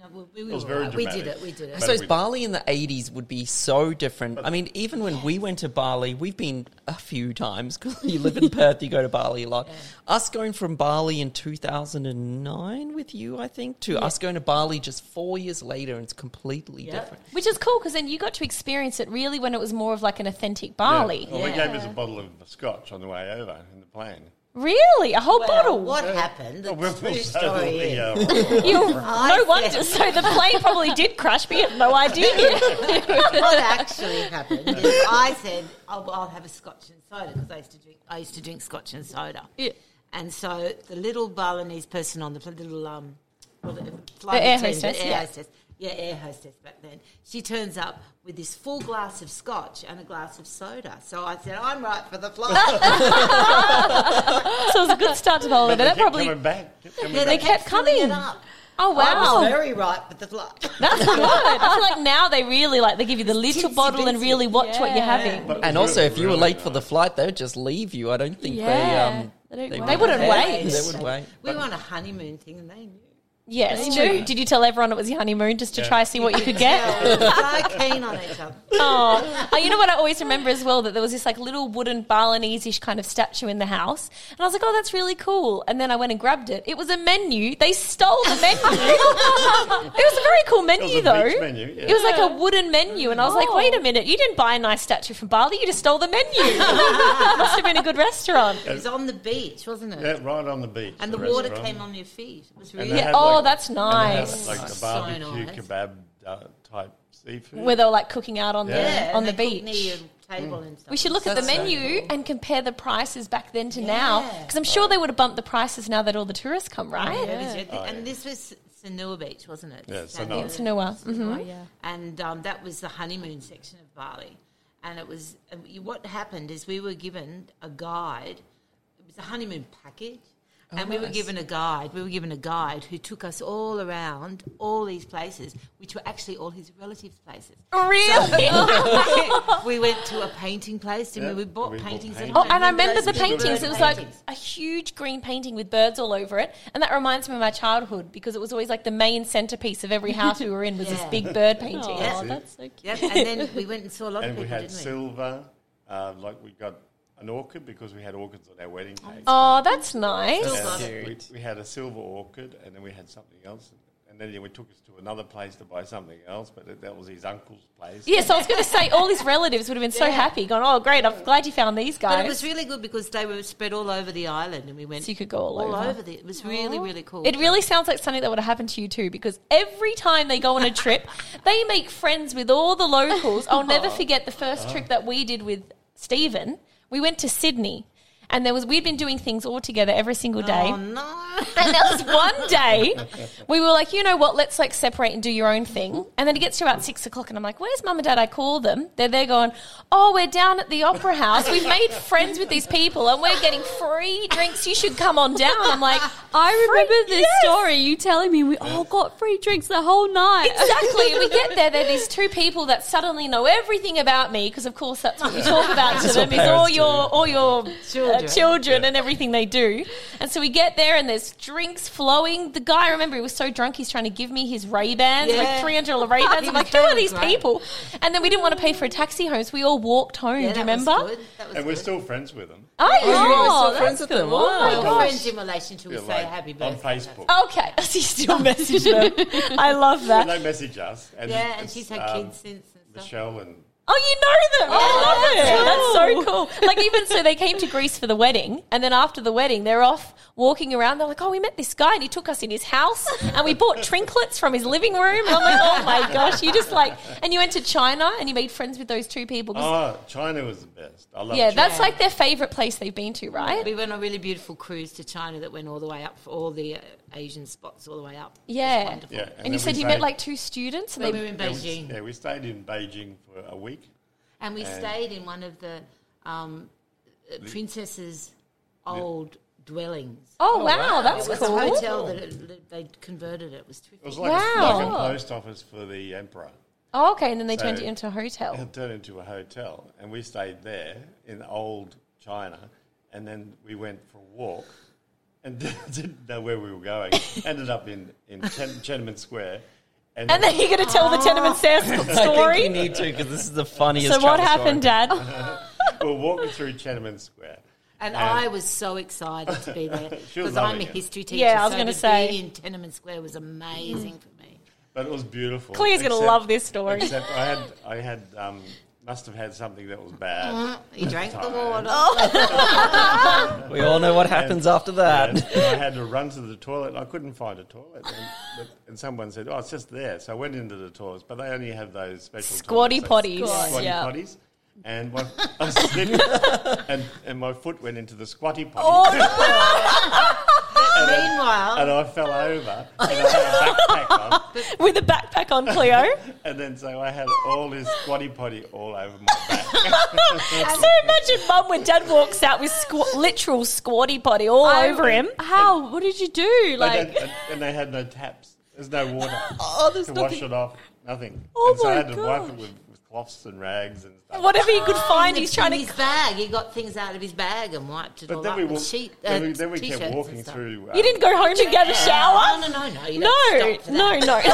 Speaker 4: No, we, we,
Speaker 6: was
Speaker 4: were
Speaker 6: very
Speaker 4: right. we did
Speaker 6: dramatic.
Speaker 4: it. We did
Speaker 6: I
Speaker 2: I
Speaker 4: it.
Speaker 6: But
Speaker 2: suppose
Speaker 6: we-
Speaker 2: Bali in the 80s would be so different. I mean, even when we went to Bali, we've been a few times because you live in Perth, you go to Bali a lot. Us going from Bali in 2009 with you, I think, to us going to Bali just four years later, and it's completely
Speaker 4: Yep.
Speaker 2: different.
Speaker 3: Which is cool because then you got to experience it really when it was more of like an authentic Bali.
Speaker 6: Well, they
Speaker 4: Yeah.
Speaker 6: gave us a bottle of scotch on the way over in the plane.
Speaker 3: Really? A whole
Speaker 4: Well,
Speaker 3: bottle?
Speaker 4: What happened? The
Speaker 6: Well,
Speaker 4: true
Speaker 6: so
Speaker 4: story
Speaker 6: the,
Speaker 4: is-
Speaker 6: uh,
Speaker 3: You, no
Speaker 4: said-
Speaker 3: wonder. So the plane probably did crash, but you have no idea.
Speaker 4: what actually happened is I said, oh, well, I'll have a scotch and soda because I used to drink. I used to drink scotch and soda.
Speaker 3: Yeah.
Speaker 4: And so the little Balinese person on the pl- little um, what are they- flight
Speaker 3: The air
Speaker 4: attendant,
Speaker 3: hostess,
Speaker 4: air
Speaker 3: yeah.
Speaker 4: hostess, yeah, air hostess back then. She turns up with this full glass of scotch and a glass of soda. So I said, I'm right for the flight.
Speaker 3: so it was a good start to the holiday.
Speaker 6: they
Speaker 3: That
Speaker 6: kept
Speaker 3: probably.
Speaker 6: coming back. kept coming
Speaker 4: Yeah,
Speaker 6: back.
Speaker 3: they kept
Speaker 4: filling it
Speaker 3: coming.
Speaker 4: up.
Speaker 3: Oh
Speaker 4: I was
Speaker 3: wow,
Speaker 4: very right for the flight.
Speaker 3: that's good. I feel like now they really like they give you the little
Speaker 4: Tipsy
Speaker 3: bottle and
Speaker 4: bitsy.
Speaker 3: really watch what you're
Speaker 5: Yeah.
Speaker 3: having.
Speaker 6: But it
Speaker 2: And
Speaker 6: was
Speaker 2: also,
Speaker 6: really,
Speaker 2: if you were
Speaker 6: really
Speaker 2: late for the
Speaker 6: nice.
Speaker 2: flight, they would just leave you. I don't think
Speaker 5: Yeah.
Speaker 2: they. Um,
Speaker 5: They don't
Speaker 2: they,
Speaker 5: wait.
Speaker 3: They wouldn't
Speaker 2: care.
Speaker 3: wait.
Speaker 2: They wouldn't wait.
Speaker 4: We were on a honeymoon thing, and they knew.
Speaker 3: Yes, true. Did you tell everyone it was your honeymoon just to try and see what you could get?
Speaker 4: Yeah, we were so keen on each other.
Speaker 3: Oh, Oh, you know what I always remember as well that there was this like little wooden Balinese-ish kind of statue in the house, and I was like, "Oh, that's really cool." And then I went and grabbed it. It was a menu. They stole the menu. it was a very cool menu,
Speaker 6: It was a
Speaker 3: though.
Speaker 6: beach menu, yeah.
Speaker 3: It was like a wooden menu, and I was like,
Speaker 5: Oh.
Speaker 3: "Wait a minute! You didn't buy a nice statue from Bali. You just stole the menu. It Must have been a good restaurant."
Speaker 4: It was on the beach, wasn't it?
Speaker 6: Yeah, right on the beach.
Speaker 4: And the water
Speaker 6: restaurant.
Speaker 4: came on your feet. It was
Speaker 6: And
Speaker 4: really
Speaker 6: they had,
Speaker 3: Oh, that's
Speaker 6: and they had,
Speaker 3: nice.
Speaker 6: Like the
Speaker 4: So
Speaker 6: barbecue
Speaker 4: nice.
Speaker 6: kebab uh, type seafood.
Speaker 3: Where they were like cooking out on
Speaker 6: Yeah.
Speaker 3: the on the
Speaker 4: and they cooked
Speaker 3: beach. Mm.
Speaker 4: near your table and stuff.
Speaker 3: We should look at the menu and compare the prices back then to now,
Speaker 4: Yeah.
Speaker 3: because I'm sure they would have bumped the prices now that all the tourists come, right?
Speaker 4: Yeah, it was- And
Speaker 6: yeah.
Speaker 4: this was Sanua Beach, wasn't it?
Speaker 6: Oh, Yeah,
Speaker 4: Sanua.
Speaker 6: Sanua.
Speaker 3: It's a new one.
Speaker 5: Oh, yeah.
Speaker 4: And um, that was the honeymoon section of Bali. And it was and you- what happened is we were given a guide. It was a honeymoon package.
Speaker 3: Oh,
Speaker 4: And we were
Speaker 2: nice.
Speaker 4: given a guide. We were given a guide who took us all around all these places, which were actually all his relatives' places.
Speaker 3: Mm-hmm. Really?
Speaker 4: we went to a painting place and
Speaker 6: Yeah,
Speaker 4: we bought
Speaker 6: we bought
Speaker 4: paintings. at
Speaker 6: paintings.
Speaker 3: oh,
Speaker 4: home.
Speaker 3: and I remember
Speaker 4: those
Speaker 3: the
Speaker 4: big
Speaker 3: paintings.
Speaker 4: bird
Speaker 3: It was like
Speaker 4: paintings?
Speaker 3: a huge green painting with birds all over it, and that reminds me of my childhood because it was always like the main centerpiece of every house we were in was
Speaker 4: Yeah.
Speaker 3: this big bird painting.
Speaker 5: Oh,
Speaker 4: Yeah.
Speaker 5: that's so cute.
Speaker 4: Yep, and then we went and saw a lot of
Speaker 6: and
Speaker 4: people,
Speaker 6: we had
Speaker 4: didn't we?
Speaker 6: silver. Uh, like we got an orchid because we had orchids on our wedding day.
Speaker 3: Oh, that's nice.
Speaker 6: And
Speaker 4: Silver.
Speaker 6: we, we had a silver orchid, and then we had something else. And then yeah, we took us to another place to buy something else, but that- that was his uncle's place.
Speaker 3: Yes, I was going to say all his relatives would have been so
Speaker 4: Yeah.
Speaker 3: happy, gone, "Oh, great! I'm glad you found these guys."
Speaker 4: But it was really good because they were spread all over the island, and we went
Speaker 3: So you could go all over.
Speaker 4: the. It was really really cool.
Speaker 3: It really sounds like something that would have happened to you too, because every time they go on a trip, they make friends with all the locals. I'll never forget the first trip that we did with Stephen. We went to Sydney, and there was we'd been doing things all together every single day.
Speaker 4: Oh no!
Speaker 3: And there was one day we were like, you know what, let's like separate and do your own thing. And then it gets to about six o'clock, and I'm like, where's mum and dad? I call them. They're there going, oh, we're down at the opera house. We've made friends with these people, and we're getting free drinks. You should come on down. I'm like,
Speaker 5: I remember
Speaker 3: Free-
Speaker 5: this
Speaker 3: yes.
Speaker 5: story. You telling me we all got free drinks the whole night.
Speaker 3: Exactly. And we get there, they're these two people that suddenly know everything about me because, of course, that's what we talk about to
Speaker 2: That's what
Speaker 3: them is all
Speaker 2: parents
Speaker 3: your
Speaker 2: do.
Speaker 3: all your children,
Speaker 4: Children.
Speaker 3: children and everything they do. And so we get there, and there's drinks flowing. The guy, I remember, he was so drunk, he's trying to give me his Ray Bans, like
Speaker 4: Yeah.
Speaker 3: three hundred dollars Ray Bans.
Speaker 4: He
Speaker 3: I'm
Speaker 4: was
Speaker 3: like, who are
Speaker 4: doing
Speaker 3: these
Speaker 4: great.
Speaker 3: people? And then we didn't want to pay for a taxi home, so we all walked home.
Speaker 4: Yeah,
Speaker 3: do you
Speaker 4: that was
Speaker 3: remember?
Speaker 4: good. That was
Speaker 6: and we're
Speaker 4: good.
Speaker 6: still friends with them
Speaker 3: Oh, you
Speaker 5: guys
Speaker 3: are.
Speaker 5: still
Speaker 3: That's
Speaker 2: friends with them?
Speaker 3: good. Oh,
Speaker 2: Wow.
Speaker 3: my
Speaker 4: We're
Speaker 3: gosh.
Speaker 4: friends in relation to we
Speaker 6: Yeah,
Speaker 4: say
Speaker 6: like,
Speaker 4: happy
Speaker 6: on
Speaker 4: birthday.
Speaker 6: Facebook.
Speaker 3: Okay, she still messaged them. I love that.
Speaker 6: And they message us. And
Speaker 4: Yeah, and
Speaker 6: it's,
Speaker 4: she's had
Speaker 6: um,
Speaker 4: kids since and stuff.
Speaker 6: Michelle and
Speaker 3: Oh, you know them. I love it.
Speaker 5: that's
Speaker 3: That's so cool. Like even so, they came to Greece for the wedding, and then after the wedding, they're off walking around. They're like, "Oh, we met this guy, and he took us in his house, and we bought trinkets from his living room." And I'm like, "Oh my gosh, you just like." And you went to China, and you made friends with those two people. 'Cause-
Speaker 6: oh, China was the best. I love
Speaker 3: yeah,
Speaker 6: China.
Speaker 3: that's like their favorite place they've been to, right?
Speaker 4: We went on a really beautiful cruise to China that went all the way up for all the uh, Asian spots, all the way up. It was
Speaker 3: Yeah.
Speaker 4: wonderful.
Speaker 6: Yeah,
Speaker 3: And you
Speaker 6: then
Speaker 3: said
Speaker 6: we
Speaker 3: you
Speaker 6: stayed-
Speaker 3: met like two students, and
Speaker 4: When we
Speaker 3: they.
Speaker 4: were in
Speaker 6: yeah, we-
Speaker 4: Beijing,
Speaker 6: Yeah, we stayed in Beijing for a week.
Speaker 4: and we
Speaker 6: And-
Speaker 4: stayed in one of the um, uh, princess's old dwellings.
Speaker 3: Oh wow,
Speaker 4: It
Speaker 3: that's
Speaker 4: was
Speaker 3: cool.
Speaker 4: a hotel that it, that they converted. It was terrific.
Speaker 6: It was like,
Speaker 3: Wow.
Speaker 6: a, like a post office for the emperor.
Speaker 3: Oh, okay, and then they
Speaker 6: So-
Speaker 3: turned it into a hotel.
Speaker 6: It turned into a hotel, and we stayed there in old China, and then we went for a walk, and didn't know where we were going. Ended up in in Chen- Tiananmen Square,
Speaker 3: And then you're going to tell the tenement Sam's
Speaker 2: I think you
Speaker 3: story.
Speaker 2: need to because this is the funniest.
Speaker 3: So what
Speaker 2: travel story.
Speaker 3: happened, Dad?
Speaker 6: we're walking through Chatterman Square.
Speaker 4: And
Speaker 6: Yeah.
Speaker 4: I was so excited to be there
Speaker 6: She was
Speaker 4: because I'm a
Speaker 6: loving it.
Speaker 4: history teacher.
Speaker 3: Yeah, I was
Speaker 4: so
Speaker 3: gonna
Speaker 4: to
Speaker 3: say.
Speaker 4: be in Tenement Square was amazing for me.
Speaker 6: But it was beautiful.
Speaker 3: Clear's gonna
Speaker 6: except-
Speaker 3: love this story.
Speaker 6: Except I had, I had, um, must have had something that was
Speaker 3: Uh-huh.
Speaker 6: bad.
Speaker 4: He drank the
Speaker 6: Tired.
Speaker 4: water.
Speaker 3: Oh.
Speaker 2: We all know what happens after that.
Speaker 6: And I had to run to the toilet. and I couldn't find a toilet, and, but- and someone said, "Oh, it's just there." So I went into the toilets, but they only have those special
Speaker 3: Squatty
Speaker 6: toilets, like
Speaker 3: potties.
Speaker 6: squatty
Speaker 3: Yeah.
Speaker 6: potties. And my, I slipped, and, and my foot went into the squatty potty.
Speaker 3: Oh!
Speaker 6: and, I,
Speaker 4: Meanwhile,
Speaker 6: and I fell over, and I had a backpack on,
Speaker 3: With a backpack on, Cleo.
Speaker 6: and then so I had all this squatty potty all over my back.
Speaker 3: so imagine Mum when Dad walks out with squ- literal squatty potty all over him.
Speaker 5: How? What did you do?
Speaker 6: But
Speaker 5: Like,
Speaker 6: then- and, and they had no taps. There's no water
Speaker 2: Oh, there's
Speaker 6: to wash
Speaker 2: nothing.
Speaker 6: it off. Nothing.
Speaker 3: Oh
Speaker 6: and so
Speaker 3: my
Speaker 6: I had to wipe it
Speaker 3: gosh.
Speaker 6: with, with cloths and rags and stuff.
Speaker 3: Whatever he could find,
Speaker 4: in
Speaker 3: he's trying
Speaker 4: his
Speaker 3: to.
Speaker 4: bag. He got things out of his bag and wiped it
Speaker 6: But
Speaker 4: all
Speaker 6: then
Speaker 4: up
Speaker 6: we,
Speaker 4: with
Speaker 6: walked,
Speaker 4: sheet.
Speaker 6: then we,
Speaker 4: uh,
Speaker 6: then we
Speaker 4: t-shirts
Speaker 6: kept
Speaker 4: and
Speaker 6: walking
Speaker 4: stuff. Uh,
Speaker 6: through. uh,
Speaker 3: You didn't go home and get a shower.
Speaker 4: No, no, no, no. You
Speaker 3: No,
Speaker 4: don't stop for
Speaker 3: no,
Speaker 4: that.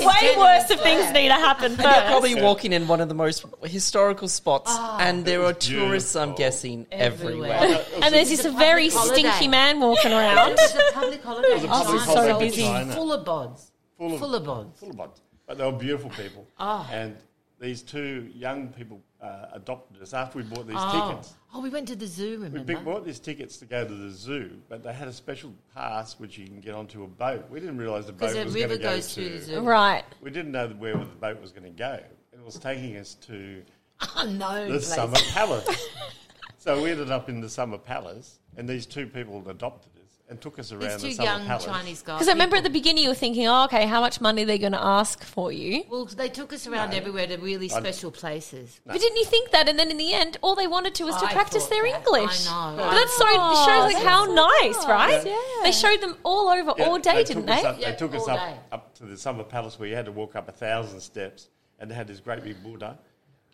Speaker 3: no. Way worse if things need to happen
Speaker 2: You're
Speaker 3: first.
Speaker 2: probably walking in one of the most historical spots,
Speaker 3: Ah.
Speaker 2: and there are tourists, I'm
Speaker 6: beautiful.
Speaker 2: guessing, everywhere.
Speaker 4: Everywhere.
Speaker 3: And there's this
Speaker 4: It's a
Speaker 3: very
Speaker 4: public
Speaker 3: stinky
Speaker 4: holiday.
Speaker 3: man walking around.
Speaker 4: It was a public holiday. Oh, It was
Speaker 6: a public holiday in China.
Speaker 4: Full of bods.
Speaker 6: Full of-
Speaker 4: Full of bods.
Speaker 6: Full of buds. But they were beautiful people.
Speaker 4: Oh.
Speaker 6: And these two young people uh, adopted us after we bought these tickets.
Speaker 4: Oh, we went to the zoo,
Speaker 6: We
Speaker 4: remember?
Speaker 6: big- bought these tickets to go to the zoo, but they had a special pass which you can get onto a boat. We didn't realise the boat
Speaker 4: Because the
Speaker 6: was going to
Speaker 4: river
Speaker 6: go
Speaker 4: goes through
Speaker 6: to.
Speaker 4: the zoo.
Speaker 3: Right.
Speaker 6: We didn't know where the boat was going to go. It was taking us to
Speaker 4: Unknown
Speaker 6: the
Speaker 4: Oh, place.
Speaker 6: summer palace. so we ended up in the summer palace, and these two people adopted us and took us around
Speaker 4: These
Speaker 6: the
Speaker 4: two
Speaker 6: summer
Speaker 4: young
Speaker 6: palace.
Speaker 4: Chinese guys.
Speaker 3: Because I remember at the beginning you were thinking, oh, okay, how much money they're going to ask for you.
Speaker 4: Well, they took us around everywhere to really special places.
Speaker 3: But didn't you think that? And then in the end, all they wanted to was to
Speaker 4: I
Speaker 3: practice
Speaker 4: thought
Speaker 3: their
Speaker 4: that.
Speaker 3: English.
Speaker 4: I know.
Speaker 3: But that's so, it shows like how nice, right?
Speaker 5: Yeah.
Speaker 3: They showed them all over
Speaker 6: Yeah,
Speaker 3: all day,
Speaker 6: they
Speaker 3: didn't
Speaker 6: took us
Speaker 3: they?
Speaker 6: Up,
Speaker 4: Yeah,
Speaker 6: they took us
Speaker 4: all
Speaker 6: up,
Speaker 4: day.
Speaker 6: up to the summer palace where you had to walk up a thousand steps, and they had this great big Buddha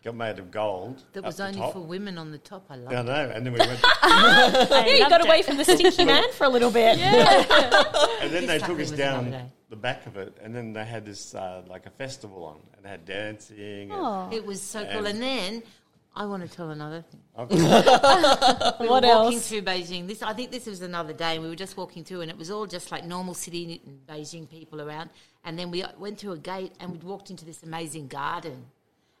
Speaker 6: got made of gold.
Speaker 4: That
Speaker 6: up
Speaker 4: was
Speaker 6: the
Speaker 4: only
Speaker 6: top.
Speaker 4: for women on the top. I love
Speaker 6: I
Speaker 4: it.
Speaker 6: know, and then we went,
Speaker 3: yeah, you got away from the stinky man for a little bit.
Speaker 6: and then they
Speaker 4: This
Speaker 6: took
Speaker 4: was
Speaker 6: us down
Speaker 4: lovely.
Speaker 6: the back of it, and then they had this uh, like a festival on, and they had dancing. and-
Speaker 4: It was so cool. And then I want to tell another thing. We
Speaker 3: What
Speaker 4: were walking
Speaker 3: else?
Speaker 4: through Beijing. This I think this was another day, and we were just walking through, and it was all just like normal city and Beijing people around. And then we uh, went through a gate, and we walked into this amazing garden.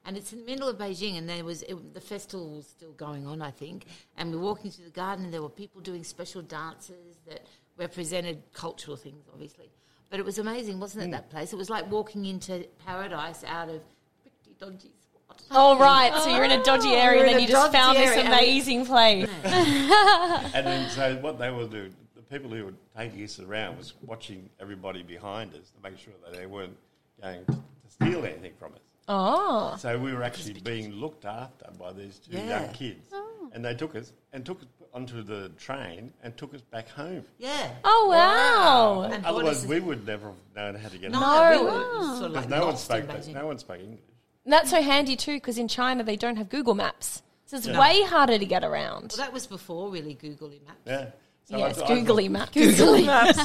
Speaker 4: And it's in the middle of Beijing, and there was it, the festival was still going on, I think. And we were walking through the garden, and there were people doing special dances that represented cultural things, obviously. But it was amazing, wasn't it?
Speaker 3: Hmm.
Speaker 4: That place. It was like walking into paradise out of pretty dodgy spot.
Speaker 3: All right, so you're in a dodgy area,
Speaker 4: Oh. We're
Speaker 3: and
Speaker 4: in
Speaker 3: then
Speaker 4: a
Speaker 3: you just
Speaker 4: dodgy
Speaker 3: found this
Speaker 4: area.
Speaker 3: amazing place.
Speaker 6: And then, so what they were doing, the people who were taking us around was watching everybody behind us to make sure that they weren't going to steal anything from us.
Speaker 3: Oh,
Speaker 6: So we were actually being looked after by these two
Speaker 4: Yeah.
Speaker 6: young kids. And they took us and took us onto the train and took us back home.
Speaker 4: Yeah.
Speaker 3: oh wow!
Speaker 4: And brought
Speaker 6: Otherwise,
Speaker 4: us-
Speaker 6: we would never have known how to get
Speaker 4: No,
Speaker 6: home.
Speaker 4: we were sort of
Speaker 6: Because
Speaker 4: like
Speaker 6: no one
Speaker 4: lost in
Speaker 6: spoke that-
Speaker 4: Beijing.
Speaker 6: no one spoke English.
Speaker 3: And that's so handy too, because in China they don't have Google Maps, so it's way harder to get around.
Speaker 4: Well, that was before really Google Maps.
Speaker 6: Yeah. So I
Speaker 3: yes,
Speaker 6: thought- I
Speaker 3: Googly
Speaker 6: thought-
Speaker 3: Maps. Googly Maps.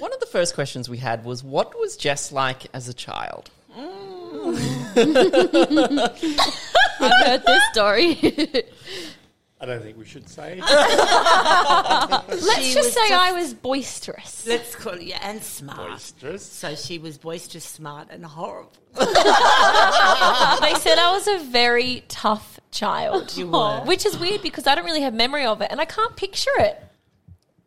Speaker 2: One of the first questions we had was, "What was Jess like as a child?"
Speaker 5: I've heard this story.
Speaker 6: I don't think we should say.
Speaker 3: Let's
Speaker 4: She
Speaker 3: just
Speaker 4: was
Speaker 3: say
Speaker 4: just-
Speaker 3: I was boisterous.
Speaker 4: Let's call it, yeah, and smart.
Speaker 6: Boisterous.
Speaker 4: So she was boisterous, smart, and horrible.
Speaker 3: they said I was a very tough child,
Speaker 4: You were.
Speaker 3: which is weird because I don't really have memory of it, and I can't picture it.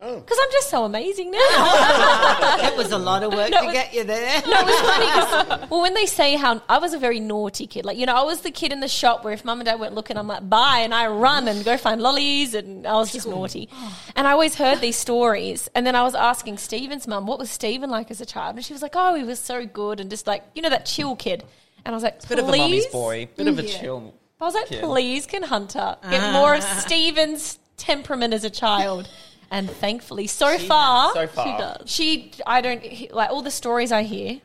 Speaker 6: Oh.
Speaker 3: Because I'm just so amazing now.
Speaker 4: That was a lot of work
Speaker 3: No,
Speaker 4: to
Speaker 3: it-
Speaker 4: get you there.
Speaker 3: no, it was funny 'cause- well, when they say how I was a very naughty kid, like, you know, I was the kid in the shop where if mum and dad weren't looking, I'm like, bye, and I run and go find lollies, and I was just naughty. And I always heard these stories. And then I was asking Stephen's mum, what was Stephen like as a child? And she was like, oh, he was so good, and just like, you know, that chill kid. And I was like,
Speaker 2: Bit of a mummy's
Speaker 3: please?
Speaker 2: boy, bit of a chill.
Speaker 3: I was like,
Speaker 2: kid.
Speaker 3: please, can Hunter get more of Steven's temperament as a child? And thankfully, so far,
Speaker 2: So far,
Speaker 3: she, I don't, he- like, all the stories I hear,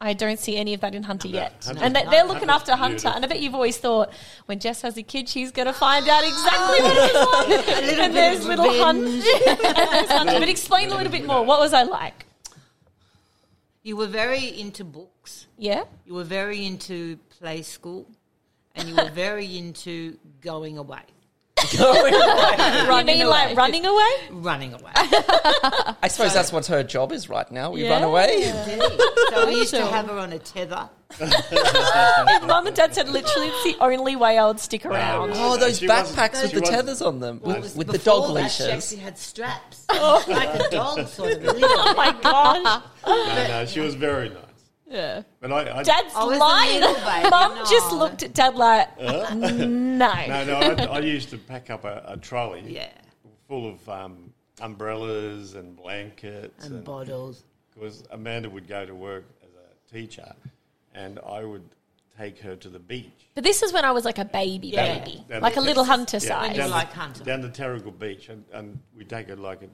Speaker 3: I don't see any of that in Hunter yet.
Speaker 6: Hunter's
Speaker 3: and they, they're looking
Speaker 6: Hunter's
Speaker 3: after Hunter.
Speaker 6: beautiful.
Speaker 3: And I bet you've always thought, when Jess has a kid, she's going to find out exactly what it is like. And there's little Hunter. and there's Hunter. But explain a little bit more. What was I like?
Speaker 4: You were very into books.
Speaker 3: Yeah.
Speaker 4: You were very into play school, and you were very into going away,
Speaker 2: Going away.
Speaker 3: You mean like running away?
Speaker 4: running away.
Speaker 2: I suppose that's what her job is right now. We run
Speaker 3: Yeah.
Speaker 2: away.
Speaker 4: Indeed. So we used to have her on a tether.
Speaker 3: if mum and dad said literally it's the only way I would stick around.
Speaker 2: Oh, those
Speaker 6: She wasn't-
Speaker 2: backpacks with
Speaker 6: she
Speaker 2: the
Speaker 6: wasn't-
Speaker 2: tethers on them,
Speaker 4: It
Speaker 2: with,
Speaker 4: was
Speaker 2: Uh, with the
Speaker 4: before
Speaker 2: dog
Speaker 4: that, She
Speaker 2: leashes.
Speaker 4: actually had straps, like a dog sort of. little.
Speaker 3: Oh my gosh.
Speaker 6: No, no, she was very nice.
Speaker 5: Yeah.
Speaker 6: But I, I
Speaker 3: Dad's
Speaker 4: I was a
Speaker 3: lying.
Speaker 4: little baby,
Speaker 3: Mum just
Speaker 4: no.
Speaker 3: looked at dad like, no.
Speaker 6: Uh-huh. no, no, I, I used to pack up a, a trolley
Speaker 4: Yeah,
Speaker 6: full of um, umbrellas and blankets
Speaker 4: and bottles.
Speaker 6: because Amanda would go to work as a teacher, and I would take her to the beach.
Speaker 3: But this is when I was like a baby,
Speaker 4: Yeah.
Speaker 3: baby.
Speaker 6: That
Speaker 3: like a
Speaker 6: makes
Speaker 3: little
Speaker 6: sense.
Speaker 3: hunter
Speaker 6: Yeah,
Speaker 3: size.
Speaker 4: you
Speaker 6: down,
Speaker 4: like
Speaker 6: the,
Speaker 4: Hunter.
Speaker 6: down the Terrigal Beach, and, and we take a like a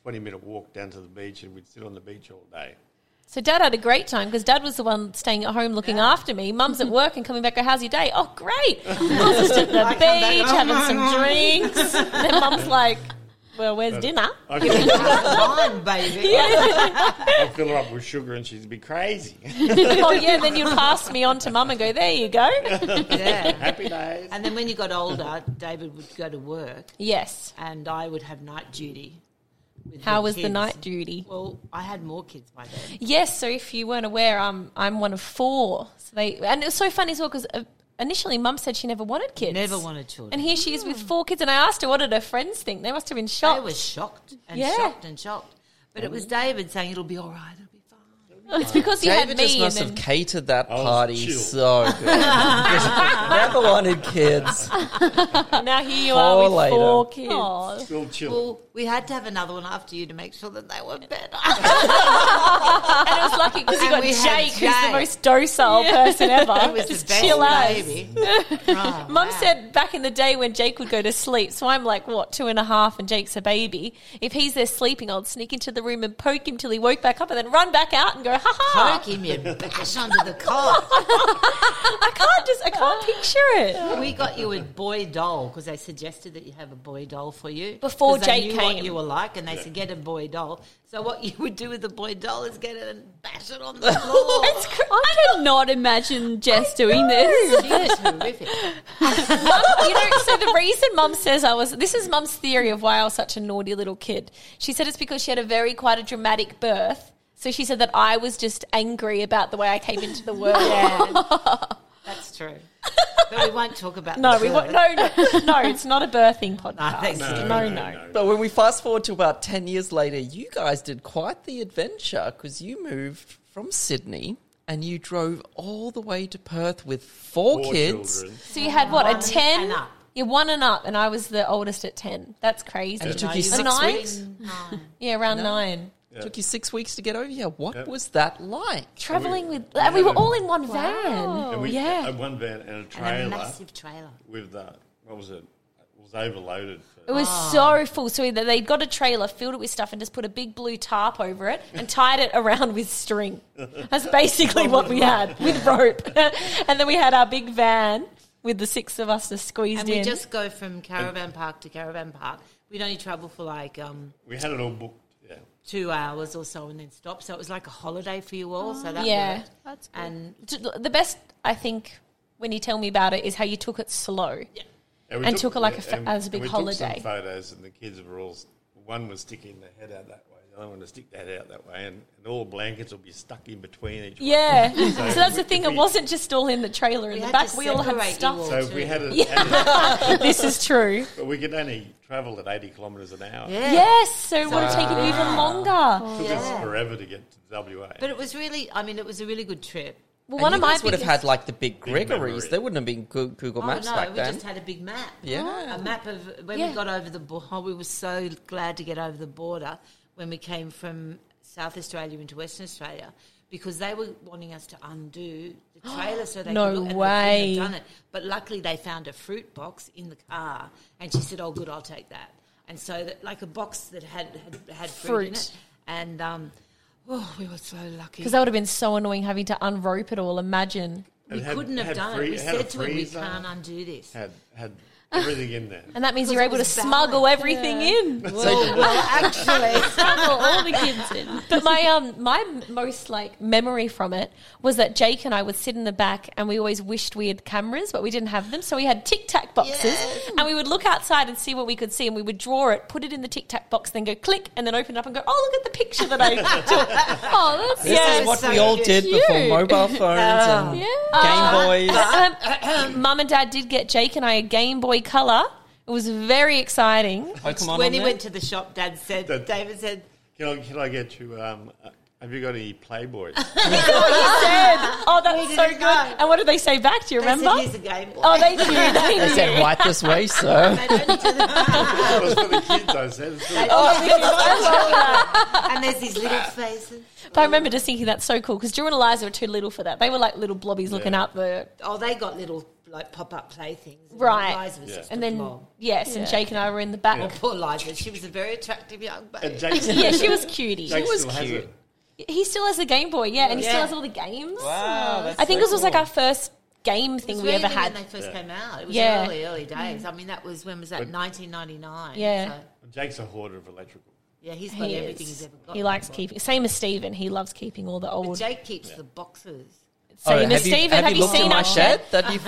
Speaker 6: twenty minute walk down to the beach, and we'd sit on the beach all day.
Speaker 3: So dad had a great time because dad was the one staying at home looking after me. Mum's at work and coming back, go, how's your day? Oh, great. I was just at the
Speaker 4: come back,
Speaker 3: beach
Speaker 4: "Oh,
Speaker 3: having
Speaker 4: no,
Speaker 3: some
Speaker 4: no."
Speaker 3: drinks. then mum's like, well, where's dinner?
Speaker 6: I fill,
Speaker 4: Mine, baby.
Speaker 6: I fill her up with sugar, and she'd be crazy.
Speaker 3: oh, yeah. Then you'd pass me on to mum and go, there you go.
Speaker 4: yeah.
Speaker 6: Happy days.
Speaker 4: And then when you got older, David would go to work,
Speaker 3: Yes.
Speaker 4: and I would have night duty. with
Speaker 3: How
Speaker 4: the
Speaker 3: was the
Speaker 4: kids.
Speaker 3: night duty?
Speaker 4: Well, I had more kids by then.
Speaker 3: Yes. So if you weren't aware, I'm I'm one of four. So they and it was so funny as well because initially Mum said she never wanted kids,
Speaker 4: Never wanted children.
Speaker 3: and here she is with four kids. And I asked her what did her friends think. They must have been
Speaker 4: I
Speaker 3: shocked.
Speaker 4: was shocked and
Speaker 3: Yeah.
Speaker 4: shocked and shocked. But it was David saying, it'll be all right, it'll be fine.
Speaker 3: it's because you
Speaker 2: David
Speaker 3: had
Speaker 2: just
Speaker 3: me. And
Speaker 2: must have
Speaker 3: then,
Speaker 2: catered that
Speaker 6: was
Speaker 2: party
Speaker 6: chill.
Speaker 2: so good. Never wanted kids.
Speaker 3: now here you are
Speaker 2: Four
Speaker 3: with
Speaker 2: later.
Speaker 3: four kids.
Speaker 5: Oh,
Speaker 6: Still chilling.
Speaker 4: Well, we had to have another one after you to make sure that they were better.
Speaker 3: And it was lucky because you
Speaker 4: And
Speaker 3: got
Speaker 4: we had
Speaker 3: Jake, who's the
Speaker 4: Jake.
Speaker 3: most docile person
Speaker 4: It
Speaker 3: ever.
Speaker 4: was
Speaker 3: Just
Speaker 4: the best
Speaker 3: chill out.
Speaker 4: baby. Oh,
Speaker 3: Mum
Speaker 4: wow.
Speaker 3: said back in the day when Jake would go to sleep, so I'm like, what, two and a half, and Jake's a baby. If he's there sleeping, I'd sneak into the room and poke him till he woke back up and then run back out and go, ha ha.
Speaker 4: poke him, you bash under the cot.
Speaker 3: I can't just, I can't picture it.
Speaker 4: we got you a boy doll because they suggested that you have a boy doll for you
Speaker 3: Before
Speaker 4: 'Cause they
Speaker 3: Jake
Speaker 4: knew what
Speaker 3: came.
Speaker 4: you were like, and they said get a boy doll. So what you would do with the boy doll is get it and bash it on the floor.
Speaker 5: it's cr- I cannot imagine Jess doing this.
Speaker 4: She was horrific.
Speaker 3: you know, so the reason Mum says I was, this is Mum's theory of why I was such a naughty little kid. She said it's because she had a very, quite a dramatic birth. So she said that I was just angry about the way I came into the world.
Speaker 4: Yeah, that's true. But we won't talk about
Speaker 3: No,
Speaker 4: the
Speaker 3: we won't.
Speaker 4: birth.
Speaker 3: No, no, no, it's not a birthing
Speaker 4: No,
Speaker 3: podcast.
Speaker 4: thank
Speaker 6: No,
Speaker 4: you.
Speaker 3: no, no.
Speaker 6: no.
Speaker 2: But when we fast forward to about 10 years later, you guys did quite the adventure because you moved from Sydney and you drove all the way to Perth with four,
Speaker 6: Four
Speaker 2: kids.
Speaker 6: children.
Speaker 3: So you had what
Speaker 4: One
Speaker 3: a ten?
Speaker 4: and up.
Speaker 3: Yeah, one and up, and I was the oldest at ten. That's crazy.
Speaker 2: And it took
Speaker 4: No,
Speaker 2: you
Speaker 4: you
Speaker 2: six
Speaker 3: were nine?
Speaker 2: weeks?
Speaker 4: No.
Speaker 3: yeah, around nine.
Speaker 6: Yeah.
Speaker 2: Took you six weeks to get over here. What
Speaker 6: Yep.
Speaker 2: was that like?
Speaker 3: Traveling
Speaker 6: we-
Speaker 3: with,
Speaker 6: we
Speaker 3: and we
Speaker 6: had
Speaker 3: were
Speaker 6: a-
Speaker 3: all in one van.
Speaker 5: Oh,
Speaker 6: And we uh,
Speaker 3: yeah.
Speaker 6: had one van and a trailer
Speaker 4: And a massive trailer.
Speaker 6: with uh, what was it? It was overloaded.
Speaker 3: It
Speaker 6: For,
Speaker 3: was
Speaker 4: Ah.
Speaker 3: so full. So either they'd got a trailer, filled it with stuff, and just put a big blue tarp over it and tied it around with string. That's basically what we had with rope. and then we had our big van with the six of us just squeezed
Speaker 4: And
Speaker 3: in.
Speaker 4: we just go from caravan park to caravan park. We'd only travel for like um,
Speaker 6: we had it all booked. Yeah.
Speaker 4: two hours or so and then stop. So it was like a holiday for you all. So that
Speaker 3: Yeah.
Speaker 4: worked.
Speaker 5: That's good.
Speaker 4: And
Speaker 3: the best I think when you tell me about it is how you took it slow.
Speaker 6: we
Speaker 3: And took it like a fa- as a big
Speaker 6: we took some
Speaker 3: holiday.
Speaker 6: photos, and the kids were all s- one was sticking their head out that way, the other one was stick their head out that way, and, and all blankets will be stuck in between each. one.
Speaker 3: Yeah. so that's the
Speaker 6: we-
Speaker 3: thing. It
Speaker 6: we-
Speaker 3: wasn't just all in the trailer. In
Speaker 4: We
Speaker 3: the
Speaker 4: had
Speaker 3: back,
Speaker 4: to
Speaker 3: we all had
Speaker 4: separate you
Speaker 3: stuff.
Speaker 4: all.
Speaker 6: So if we had it,
Speaker 3: this is true.
Speaker 6: but we could only travel at eighty kilometres an hour.
Speaker 4: yeah.
Speaker 3: Yes. So it would have taken even longer.
Speaker 6: It took us
Speaker 4: Yeah.
Speaker 6: forever to get to WA.
Speaker 4: But it was really, I mean, it was a really good trip.
Speaker 3: Well,
Speaker 2: And
Speaker 3: one
Speaker 2: you
Speaker 3: of my
Speaker 2: guys would have
Speaker 3: biggest-
Speaker 2: had like the big
Speaker 6: Big memory.
Speaker 2: Gregories. There wouldn't have been Goo- Google
Speaker 4: Oh,
Speaker 2: Maps
Speaker 4: no,
Speaker 2: back
Speaker 4: we
Speaker 2: then.
Speaker 4: just had a big map.
Speaker 2: Yeah.
Speaker 4: A map of when
Speaker 3: Yeah.
Speaker 4: we got over the border. we were so glad to get over the border when we came from South Australia into Western Australia because they were wanting us to undo the trailer so they
Speaker 3: No
Speaker 4: could look
Speaker 3: way.
Speaker 4: at the thing that done it. But luckily they found a fruit box in the car and she said, "Oh, good, I'll take that." And so that, like a box that had had, had fruit,
Speaker 3: Fruit.
Speaker 4: in it, and um, oh, we were so lucky.
Speaker 3: Because that would have been so annoying having to unrope it all. Imagine.
Speaker 6: It
Speaker 4: we
Speaker 6: had-
Speaker 4: couldn't have
Speaker 6: had
Speaker 4: done
Speaker 6: free-
Speaker 4: it. We
Speaker 6: had a
Speaker 4: said to him, "We
Speaker 6: freezer,
Speaker 4: can't undo this."
Speaker 6: Had had everything in there.
Speaker 3: And that means
Speaker 4: Because
Speaker 3: you're
Speaker 4: it
Speaker 3: able to
Speaker 4: was
Speaker 3: smuggle balanced. everything
Speaker 5: Yeah.
Speaker 3: in.
Speaker 2: So,
Speaker 4: Well, actually,
Speaker 5: Smuggle all the kids in.
Speaker 3: But my um my most like memory from it was that Jake and I would sit in the back and we always wished we had cameras, but we didn't have them. So we had tic tac boxes and we would look outside and see what we could see and we would draw it, put it in the tic tac box, then go click and then open it up and go, Oh look at the picture that I took.
Speaker 5: Oh, that's
Speaker 2: this
Speaker 3: Yes.
Speaker 2: is what
Speaker 4: so
Speaker 2: we all did before
Speaker 5: cute.
Speaker 2: mobile phones and
Speaker 5: yeah.
Speaker 3: Uh,
Speaker 2: Game Boys.
Speaker 3: Um, Mum and Dad did get Jake and I a Game Boy Color. It was very exciting.
Speaker 2: Pokemon
Speaker 4: when
Speaker 2: on
Speaker 4: he
Speaker 2: there.
Speaker 4: went to the shop, Dad said,
Speaker 6: Dad-
Speaker 4: David said,
Speaker 6: Can I, can I get you? Um, uh, have you got any Playboys?
Speaker 3: Oh, that's so good.
Speaker 4: didn't know.
Speaker 3: And what did they say back? Do you
Speaker 4: they
Speaker 3: remember?
Speaker 4: said, here's a Game Boy.
Speaker 3: Oh, they do.
Speaker 2: They said, right this way, sir.
Speaker 4: They don't do the-
Speaker 6: it was for the kids. I said. It's for the-
Speaker 3: Oh,
Speaker 4: and there's these little faces.
Speaker 3: But I remember just thinking that's so cool because Drew and Eliza were too little for that. They were like little blobbies looking up the
Speaker 4: Oh, they got little like pop up playthings.
Speaker 3: Right.
Speaker 4: Liza was
Speaker 6: Yeah.
Speaker 4: just
Speaker 3: and
Speaker 4: a
Speaker 3: then
Speaker 4: blob.
Speaker 3: yes, and Jake and I were in the back.
Speaker 4: Well, poor Liza, she was a very attractive young baby.
Speaker 6: and Jake,
Speaker 3: Yeah, she was cutie.
Speaker 6: Jake
Speaker 2: was
Speaker 6: still has
Speaker 2: cute.
Speaker 6: it.
Speaker 3: He still has the Game Boy, yeah, and he still
Speaker 4: Yeah.
Speaker 3: has all the games.
Speaker 2: Wow, that's
Speaker 3: I think
Speaker 2: so
Speaker 3: this was like
Speaker 2: cool.
Speaker 3: our first game
Speaker 4: It
Speaker 3: thing
Speaker 4: was
Speaker 3: we ever
Speaker 4: really
Speaker 3: had.
Speaker 4: when they first
Speaker 6: Yeah.
Speaker 4: came out. It was
Speaker 3: Yeah. Mm.
Speaker 4: early, early days. I mean, that was when was that? 1999.
Speaker 3: Yeah.
Speaker 4: So,
Speaker 6: Jake's a hoarder of electrical.
Speaker 4: yeah, he's got
Speaker 3: He,
Speaker 4: everything he's
Speaker 3: is.
Speaker 4: ever got.
Speaker 3: he likes keeping same as Stephen. He loves keeping all the
Speaker 4: But
Speaker 3: old.
Speaker 4: Jake keeps the boxes.
Speaker 2: Oh,
Speaker 3: Same as
Speaker 2: have you-
Speaker 3: Stephen. Have you,
Speaker 2: looked
Speaker 3: seen
Speaker 2: in my
Speaker 3: our
Speaker 2: shed? That'd be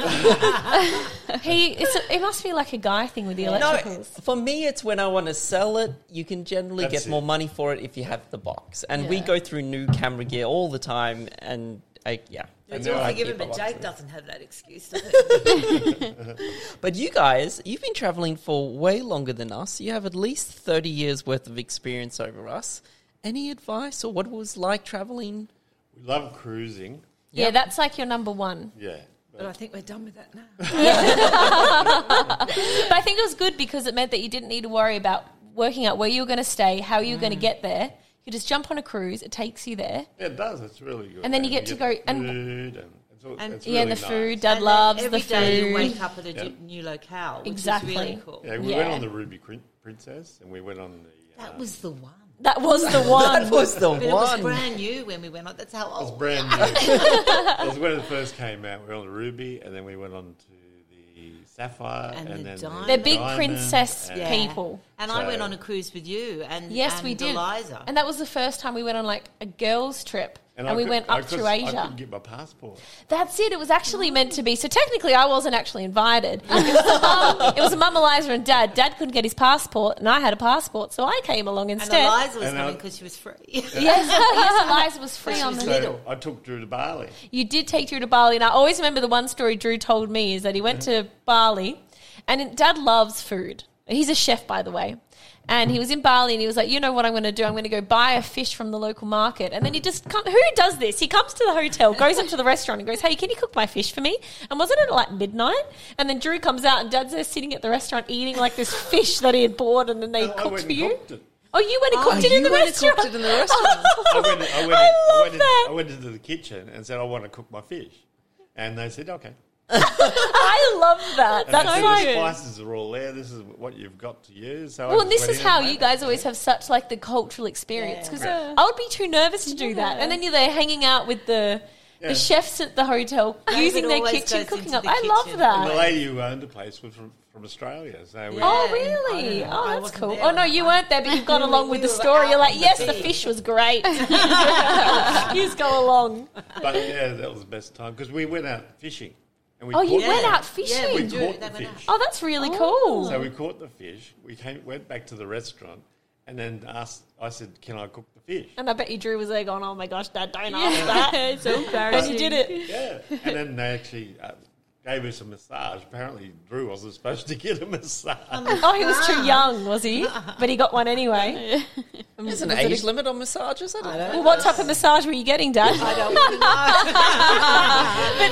Speaker 3: He it's a, it must be like a guy thing with the electricals.
Speaker 2: No, for me, it's when I want to sell it. You can generally
Speaker 6: That's
Speaker 2: get
Speaker 6: it.
Speaker 2: more money for it if you have the box. And we go through new camera gear all the time. And I, yeah,
Speaker 6: And
Speaker 4: It's
Speaker 6: now
Speaker 4: all
Speaker 6: I
Speaker 4: forgiven,
Speaker 2: keep a lot
Speaker 4: but Jake
Speaker 2: of-
Speaker 4: doesn't have that excuse. Does he?
Speaker 2: But you guys, you've been traveling for way longer than us. You have at least 30 years worth of experience over us. Any advice or what it was like traveling?
Speaker 6: We love cruising.
Speaker 3: Yeah, that's like your number one.
Speaker 6: Yeah.
Speaker 4: but I think we're done with that now.
Speaker 3: But I think it was good because it meant that you didn't need to worry about working out where you were going to stay, how you were
Speaker 6: Mm.
Speaker 3: going to get there. You just jump on a cruise, it takes you there.
Speaker 6: Yeah, it does. It's really good.
Speaker 3: And then you get to
Speaker 6: the
Speaker 3: go- and-
Speaker 6: food and it's all,
Speaker 4: And-
Speaker 6: it's
Speaker 3: yeah,
Speaker 6: really
Speaker 3: the food.
Speaker 6: nice.
Speaker 3: Dad
Speaker 4: And then
Speaker 3: loves the
Speaker 4: every
Speaker 3: food.
Speaker 4: day you wake up at a
Speaker 6: Yeah.
Speaker 4: d- new locale, which
Speaker 3: Exactly.
Speaker 4: is really cool.
Speaker 6: Yeah, we
Speaker 3: Yeah.
Speaker 6: went on the Ruby Crin- Princess, and we went on the. Uh,
Speaker 4: That was the one.
Speaker 3: That was the
Speaker 2: That
Speaker 3: one.
Speaker 2: was the
Speaker 4: But it was
Speaker 2: one.
Speaker 4: brand new when we went on. That's how
Speaker 6: it was
Speaker 4: old.
Speaker 6: brand new. it was when it first came out. We were on the Ruby, and then we went on to the Sapphire,
Speaker 4: And
Speaker 6: and,
Speaker 4: the
Speaker 6: then
Speaker 4: Diamond.
Speaker 3: They're big
Speaker 6: Diamond,
Speaker 3: princess
Speaker 6: and-
Speaker 4: Yeah.
Speaker 3: people.
Speaker 4: And I went
Speaker 6: So-
Speaker 4: on a cruise with you and
Speaker 3: Yes,
Speaker 4: and
Speaker 3: we did.
Speaker 4: Eliza.
Speaker 3: And that was the first time we went on like a girls' trip and,
Speaker 6: I
Speaker 3: we
Speaker 6: could-
Speaker 3: went
Speaker 6: I
Speaker 3: up
Speaker 6: could-
Speaker 3: through
Speaker 6: I
Speaker 3: Asia.
Speaker 6: couldn't get my passport.
Speaker 3: That's it. It was actually meant to be. So technically, I wasn't actually invited. It was a mum, it was a mum Eliza, and dad. Dad couldn't get his passport, and I had a passport, so I came along
Speaker 4: And
Speaker 3: instead.
Speaker 4: Eliza was
Speaker 6: And uh,
Speaker 4: coming
Speaker 6: I-
Speaker 4: because she was free.
Speaker 3: Yes, yes, Eliza was free
Speaker 4: She
Speaker 3: on
Speaker 4: was
Speaker 3: the
Speaker 4: so-
Speaker 6: So
Speaker 4: Little.
Speaker 6: I took Drew to Bali.
Speaker 3: You did take Drew to Bali, and I always remember the one story Drew told me is that he went to Bali, and Dad loves food. He's a chef, by the way. And he was in Bali, and he was like, "You know what I'm going to do? I'm going to go buy a fish from the local market." And then he just come, who does this? He comes to the hotel, goes into the restaurant, and goes, "Hey, can you cook my fish for me?" And wasn't it like midnight? And then Drew comes out, and Dad's there sitting at the restaurant eating like this fish that he had bought, and then they
Speaker 6: I
Speaker 3: cooked
Speaker 6: went
Speaker 3: for
Speaker 6: and
Speaker 3: you.
Speaker 6: cooked it.
Speaker 3: Oh, you went and cooked it in the restaurant.
Speaker 6: I went, I went,
Speaker 3: I
Speaker 6: I
Speaker 3: love
Speaker 6: went, in-
Speaker 3: that.
Speaker 6: I went into the kitchen and said, I want to cook my fish. And they said, okay.
Speaker 3: I love that.
Speaker 6: And
Speaker 3: That's
Speaker 6: I
Speaker 3: so
Speaker 6: said, the
Speaker 3: good.
Speaker 6: spices are all there. This is what you've got to use. So I
Speaker 3: Well,
Speaker 6: just
Speaker 3: this
Speaker 6: went
Speaker 3: is
Speaker 6: in and
Speaker 3: how
Speaker 6: made
Speaker 3: you
Speaker 6: it.
Speaker 3: guys always have such like the cultural experience
Speaker 4: Yeah.
Speaker 3: because
Speaker 5: Yeah.
Speaker 3: I would be too nervous to do that,
Speaker 5: Yeah.
Speaker 3: and then you're there hanging out with the
Speaker 6: Yeah.
Speaker 3: the chefs at the hotel
Speaker 4: David
Speaker 3: using their
Speaker 4: always
Speaker 3: kitchen
Speaker 4: goes
Speaker 3: cooking
Speaker 4: into
Speaker 3: up.
Speaker 4: the
Speaker 3: I love
Speaker 4: kitchen.
Speaker 6: And the
Speaker 3: that.
Speaker 6: lady who owned the place was from, from Australia. So we,
Speaker 4: Yeah.
Speaker 3: Oh
Speaker 4: I don't
Speaker 3: really?
Speaker 4: know.
Speaker 3: Oh,
Speaker 4: I
Speaker 3: that's
Speaker 4: wasn't
Speaker 3: cool.
Speaker 4: there
Speaker 3: Oh
Speaker 4: on
Speaker 3: no,
Speaker 4: that
Speaker 3: you
Speaker 4: one.
Speaker 3: weren't there, but you've gone along
Speaker 4: We
Speaker 3: with the
Speaker 4: were
Speaker 3: story.
Speaker 4: out
Speaker 3: You're like,
Speaker 4: on the
Speaker 3: yes, the
Speaker 4: beach.
Speaker 3: fish was great. you just go along.
Speaker 6: but yeah, that was the best time because we went out fishing. And we
Speaker 3: Oh, you
Speaker 6: caught-
Speaker 3: went out
Speaker 4: Yeah,
Speaker 6: We
Speaker 3: fishing.
Speaker 4: do.
Speaker 6: caught
Speaker 4: They
Speaker 6: the
Speaker 4: went out.
Speaker 6: fish.
Speaker 3: Oh, that's really cool.
Speaker 6: So we caught the fish. We came, went back to the restaurant and then asked. I said, "Can I cook the fish?"
Speaker 3: And I bet you Drew was there going, "Oh my gosh, Dad, don't ask that."
Speaker 5: it's so
Speaker 3: And
Speaker 5: embarrassing.
Speaker 3: he did it.
Speaker 6: Yeah. And then they actually uh, gave us a massage. Apparently, Drew wasn't supposed to get a massage.
Speaker 3: Oh, he was too young, was he? But he got one anyway.
Speaker 2: There's an age limit on massages? I don't know.
Speaker 3: Well, what type of massage were you getting, Dad?
Speaker 4: I don't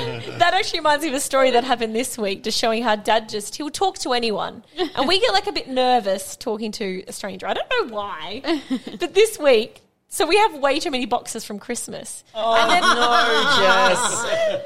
Speaker 4: really know.
Speaker 3: That actually reminds me of a story that happened this week, just showing how dad just, he'll talk to anyone. And we get like a bit nervous talking to a stranger. I don't know why. But this week, so
Speaker 4: Oh,
Speaker 3: we have way too many boxes from Christmas.
Speaker 2: Oh, no, Jess.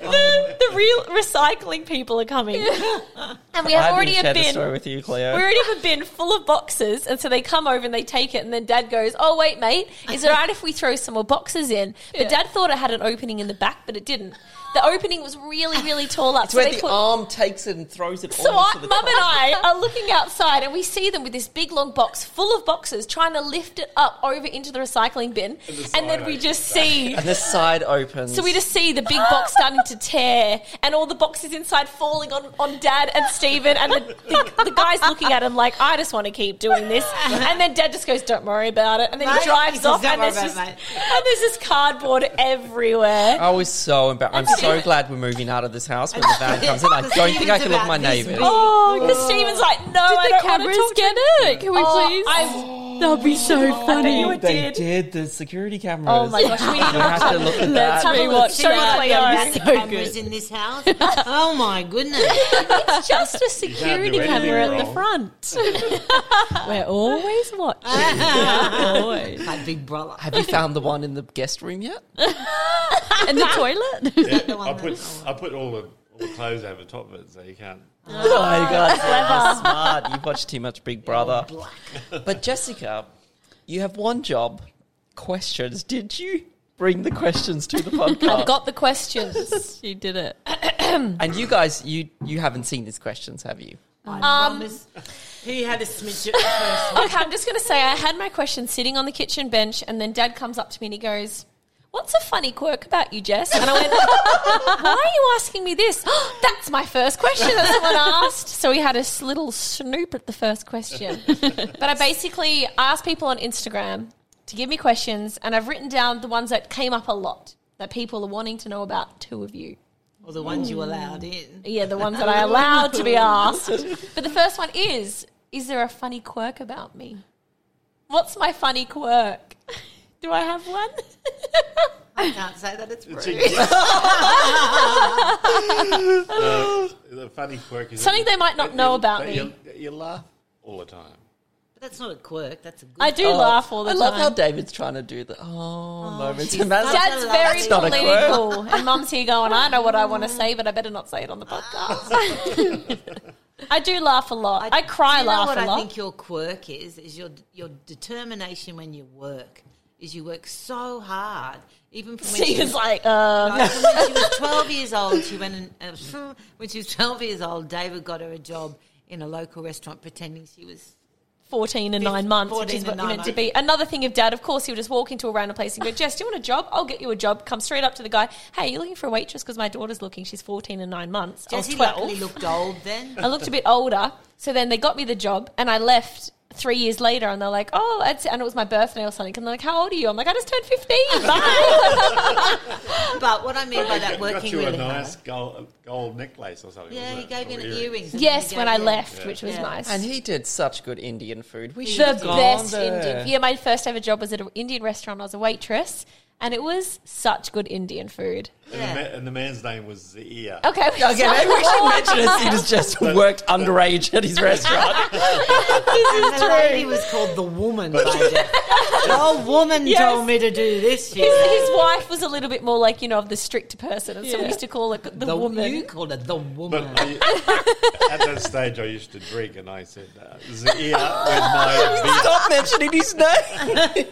Speaker 3: The, the the real recycling people are coming, and we have
Speaker 2: I
Speaker 3: already
Speaker 2: didn't share
Speaker 3: a
Speaker 2: the
Speaker 3: bin.
Speaker 2: story with you, Cleo.
Speaker 3: We already have a bin full of boxes, and so they come over and they take it, and then Dad goes, "Oh wait, mate, is it all right if we throw some more boxes in?" But
Speaker 5: Yeah.
Speaker 3: Dad thought it had an opening in the back, but it didn't. The opening was really, really tall up,
Speaker 2: It's
Speaker 3: so
Speaker 2: where
Speaker 3: they
Speaker 2: the
Speaker 3: put.
Speaker 2: arm takes it and throws it.
Speaker 3: So
Speaker 2: all
Speaker 3: I,
Speaker 2: to the
Speaker 3: Mum
Speaker 2: top.
Speaker 3: and I are looking outside, and we see them with this big long box full of boxes, trying to lift it up over into the recycling bin,
Speaker 6: And
Speaker 3: and
Speaker 6: the
Speaker 3: then we
Speaker 6: side opens
Speaker 3: just
Speaker 6: back.
Speaker 3: see
Speaker 2: and the side opens.
Speaker 3: so we just see the big box starting to tear and all the boxes inside falling on, on Dad and Stephen. And the, the, the guy's looking at him like, I just want to keep doing this. And then Dad just goes, Don't worry about it. And then he
Speaker 4: Mate, he
Speaker 3: drives
Speaker 4: says,
Speaker 3: off
Speaker 4: "Don't
Speaker 3: and
Speaker 4: worry
Speaker 3: there's,
Speaker 4: about it,
Speaker 3: just,
Speaker 4: mate.
Speaker 3: and there's just cardboard everywhere.
Speaker 2: I was so embarrassed. I'm so glad we're moving out of this house when the van comes in. I don't think I can look at my neighbours.
Speaker 3: Oh, because Stephen's like, No, I
Speaker 5: Did the
Speaker 3: don't want to
Speaker 5: cameras
Speaker 3: talk
Speaker 5: get
Speaker 3: to
Speaker 5: it? Can we
Speaker 3: Oh,
Speaker 5: please?
Speaker 3: I,
Speaker 5: That'll be so
Speaker 2: Oh,
Speaker 5: funny.
Speaker 3: you
Speaker 2: they
Speaker 3: Oh, did.
Speaker 2: The security cameras.
Speaker 3: oh my gosh, we need to watch
Speaker 2: have to look at that.
Speaker 3: Let's have a look.
Speaker 5: Let's
Speaker 3: Show me
Speaker 5: rewatch
Speaker 3: Cleo.
Speaker 5: that.
Speaker 4: Massive
Speaker 5: So good.
Speaker 4: cameras in this house. Oh my goodness!
Speaker 3: It's just a
Speaker 6: do
Speaker 3: security
Speaker 6: anything
Speaker 3: camera at the
Speaker 6: wrong.
Speaker 3: front. We're always watching.
Speaker 5: Always.
Speaker 4: Like Big Brother.
Speaker 2: Have you found the one in the guest room yet?
Speaker 5: In the toilet?
Speaker 6: Yeah,
Speaker 4: one
Speaker 6: I
Speaker 4: that-
Speaker 6: put I put all the, all the clothes over top of it so you can't.
Speaker 2: Oh my god, clever. smart. You've watched too much Big Brother. But Jessica, you have one job. Questions. Did you bring the questions to the podcast?
Speaker 3: I've got the questions.
Speaker 5: she did it.
Speaker 2: and you guys, you you haven't seen these questions, have you?
Speaker 4: I promise. He had a smidge of
Speaker 3: Okay, I'm just going to say I had my question sitting on the kitchen bench, and then Dad comes up to me and he goes, "What's a funny quirk about you, Jess?" And I went, "Why are you asking me this?" That's my first question that someone asked. So we had a s- little snoop at the first question. But I basically asked people on Instagram to give me questions, and I've written down the ones that came up a lot that people are wanting to know about. Two of you.
Speaker 4: or the ones you allowed in.
Speaker 3: Yeah, the ones that I allowed to be asked. But the first one is Is there a funny quirk about me? What's my funny quirk? Do I have one?
Speaker 4: I can't say that it's
Speaker 6: It's
Speaker 4: rude.
Speaker 6: Uh, the funny quirk is
Speaker 3: Something they might not
Speaker 6: that
Speaker 3: know
Speaker 6: you-
Speaker 3: about
Speaker 6: that
Speaker 3: me.
Speaker 6: You, that you laugh all the time.
Speaker 4: But that's not a quirk. That's a good.
Speaker 3: Oh. I do laugh all the
Speaker 2: I
Speaker 3: time.
Speaker 2: love how David's trying to do the oh, moments.
Speaker 4: she's
Speaker 2: And that's-
Speaker 4: done-
Speaker 3: Dad's very
Speaker 4: That's
Speaker 2: not a quirk.
Speaker 3: political. And mum's here going, I know what I want to say, but I better not say it on the podcast. I do laugh a lot. I, cry
Speaker 4: do you know
Speaker 3: laugh
Speaker 4: what
Speaker 3: a
Speaker 4: I
Speaker 3: lot.
Speaker 4: think your quirk is is your your determination when you work is you work so hard. Even from when she
Speaker 3: Stephen's
Speaker 4: was,
Speaker 3: like, uh,
Speaker 4: like, from when she was twelve years old, she went and uh, when she was twelve years old, David got her a job in a local restaurant pretending she was
Speaker 3: 14 and
Speaker 4: Fif-
Speaker 3: 9 months, which
Speaker 4: 14
Speaker 3: is what
Speaker 4: and
Speaker 3: you
Speaker 4: nine
Speaker 3: meant to be. Another thing of dad, of course, he would just walk into a random place and go, Jess, do you want a job? I'll get you a job. Come straight up to the guy. Hey, you looking for a waitress? Because my daughter's looking. She's 14 and 9 months. I was
Speaker 4: Jessie
Speaker 3: 12.
Speaker 4: luckily looked old then.
Speaker 3: I looked a bit older. So then they got me the job and I left three years later and they're like, oh, that's, and it was my birthday or something. And they're like, how old are you? I'm like, I just turned 15. Bye.
Speaker 4: But what I mean by that
Speaker 6: got
Speaker 4: working
Speaker 6: you a
Speaker 4: really
Speaker 6: nice
Speaker 4: hard.
Speaker 6: gold, gold necklace or something.
Speaker 4: Yeah,
Speaker 6: wasn't
Speaker 4: he
Speaker 6: it?
Speaker 4: gave
Speaker 6: Or
Speaker 4: me an
Speaker 6: earrings.
Speaker 4: earrings. and
Speaker 3: yes,
Speaker 4: then he
Speaker 3: when
Speaker 4: gave
Speaker 3: I
Speaker 4: me-
Speaker 3: left, which was
Speaker 4: Yeah.
Speaker 3: nice.
Speaker 2: and he did such good Indian food. We should
Speaker 3: the
Speaker 2: have gone
Speaker 3: best
Speaker 2: there.
Speaker 3: Indian. Yeah, my first ever job was at an Indian restaurant. I was a waitress and it was such good Indian food.
Speaker 6: And, the, ma- and the man's name was Zia.
Speaker 3: Okay.
Speaker 2: Okay, maybe we should mention it. He was just worked underage at his restaurant.
Speaker 4: And the lady was called the woman. by Jeff. the old woman
Speaker 3: Yes.
Speaker 4: told me to do this. She said.
Speaker 3: His wife was a little bit more like, you know, of the stricter person. And so we
Speaker 5: Yeah.
Speaker 3: used to call it the,
Speaker 4: The-
Speaker 3: woman.
Speaker 4: You called it the woman.
Speaker 6: But I- at that stage, I used to drink, and I said uh, Zia with my
Speaker 2: Stop mentioning his name.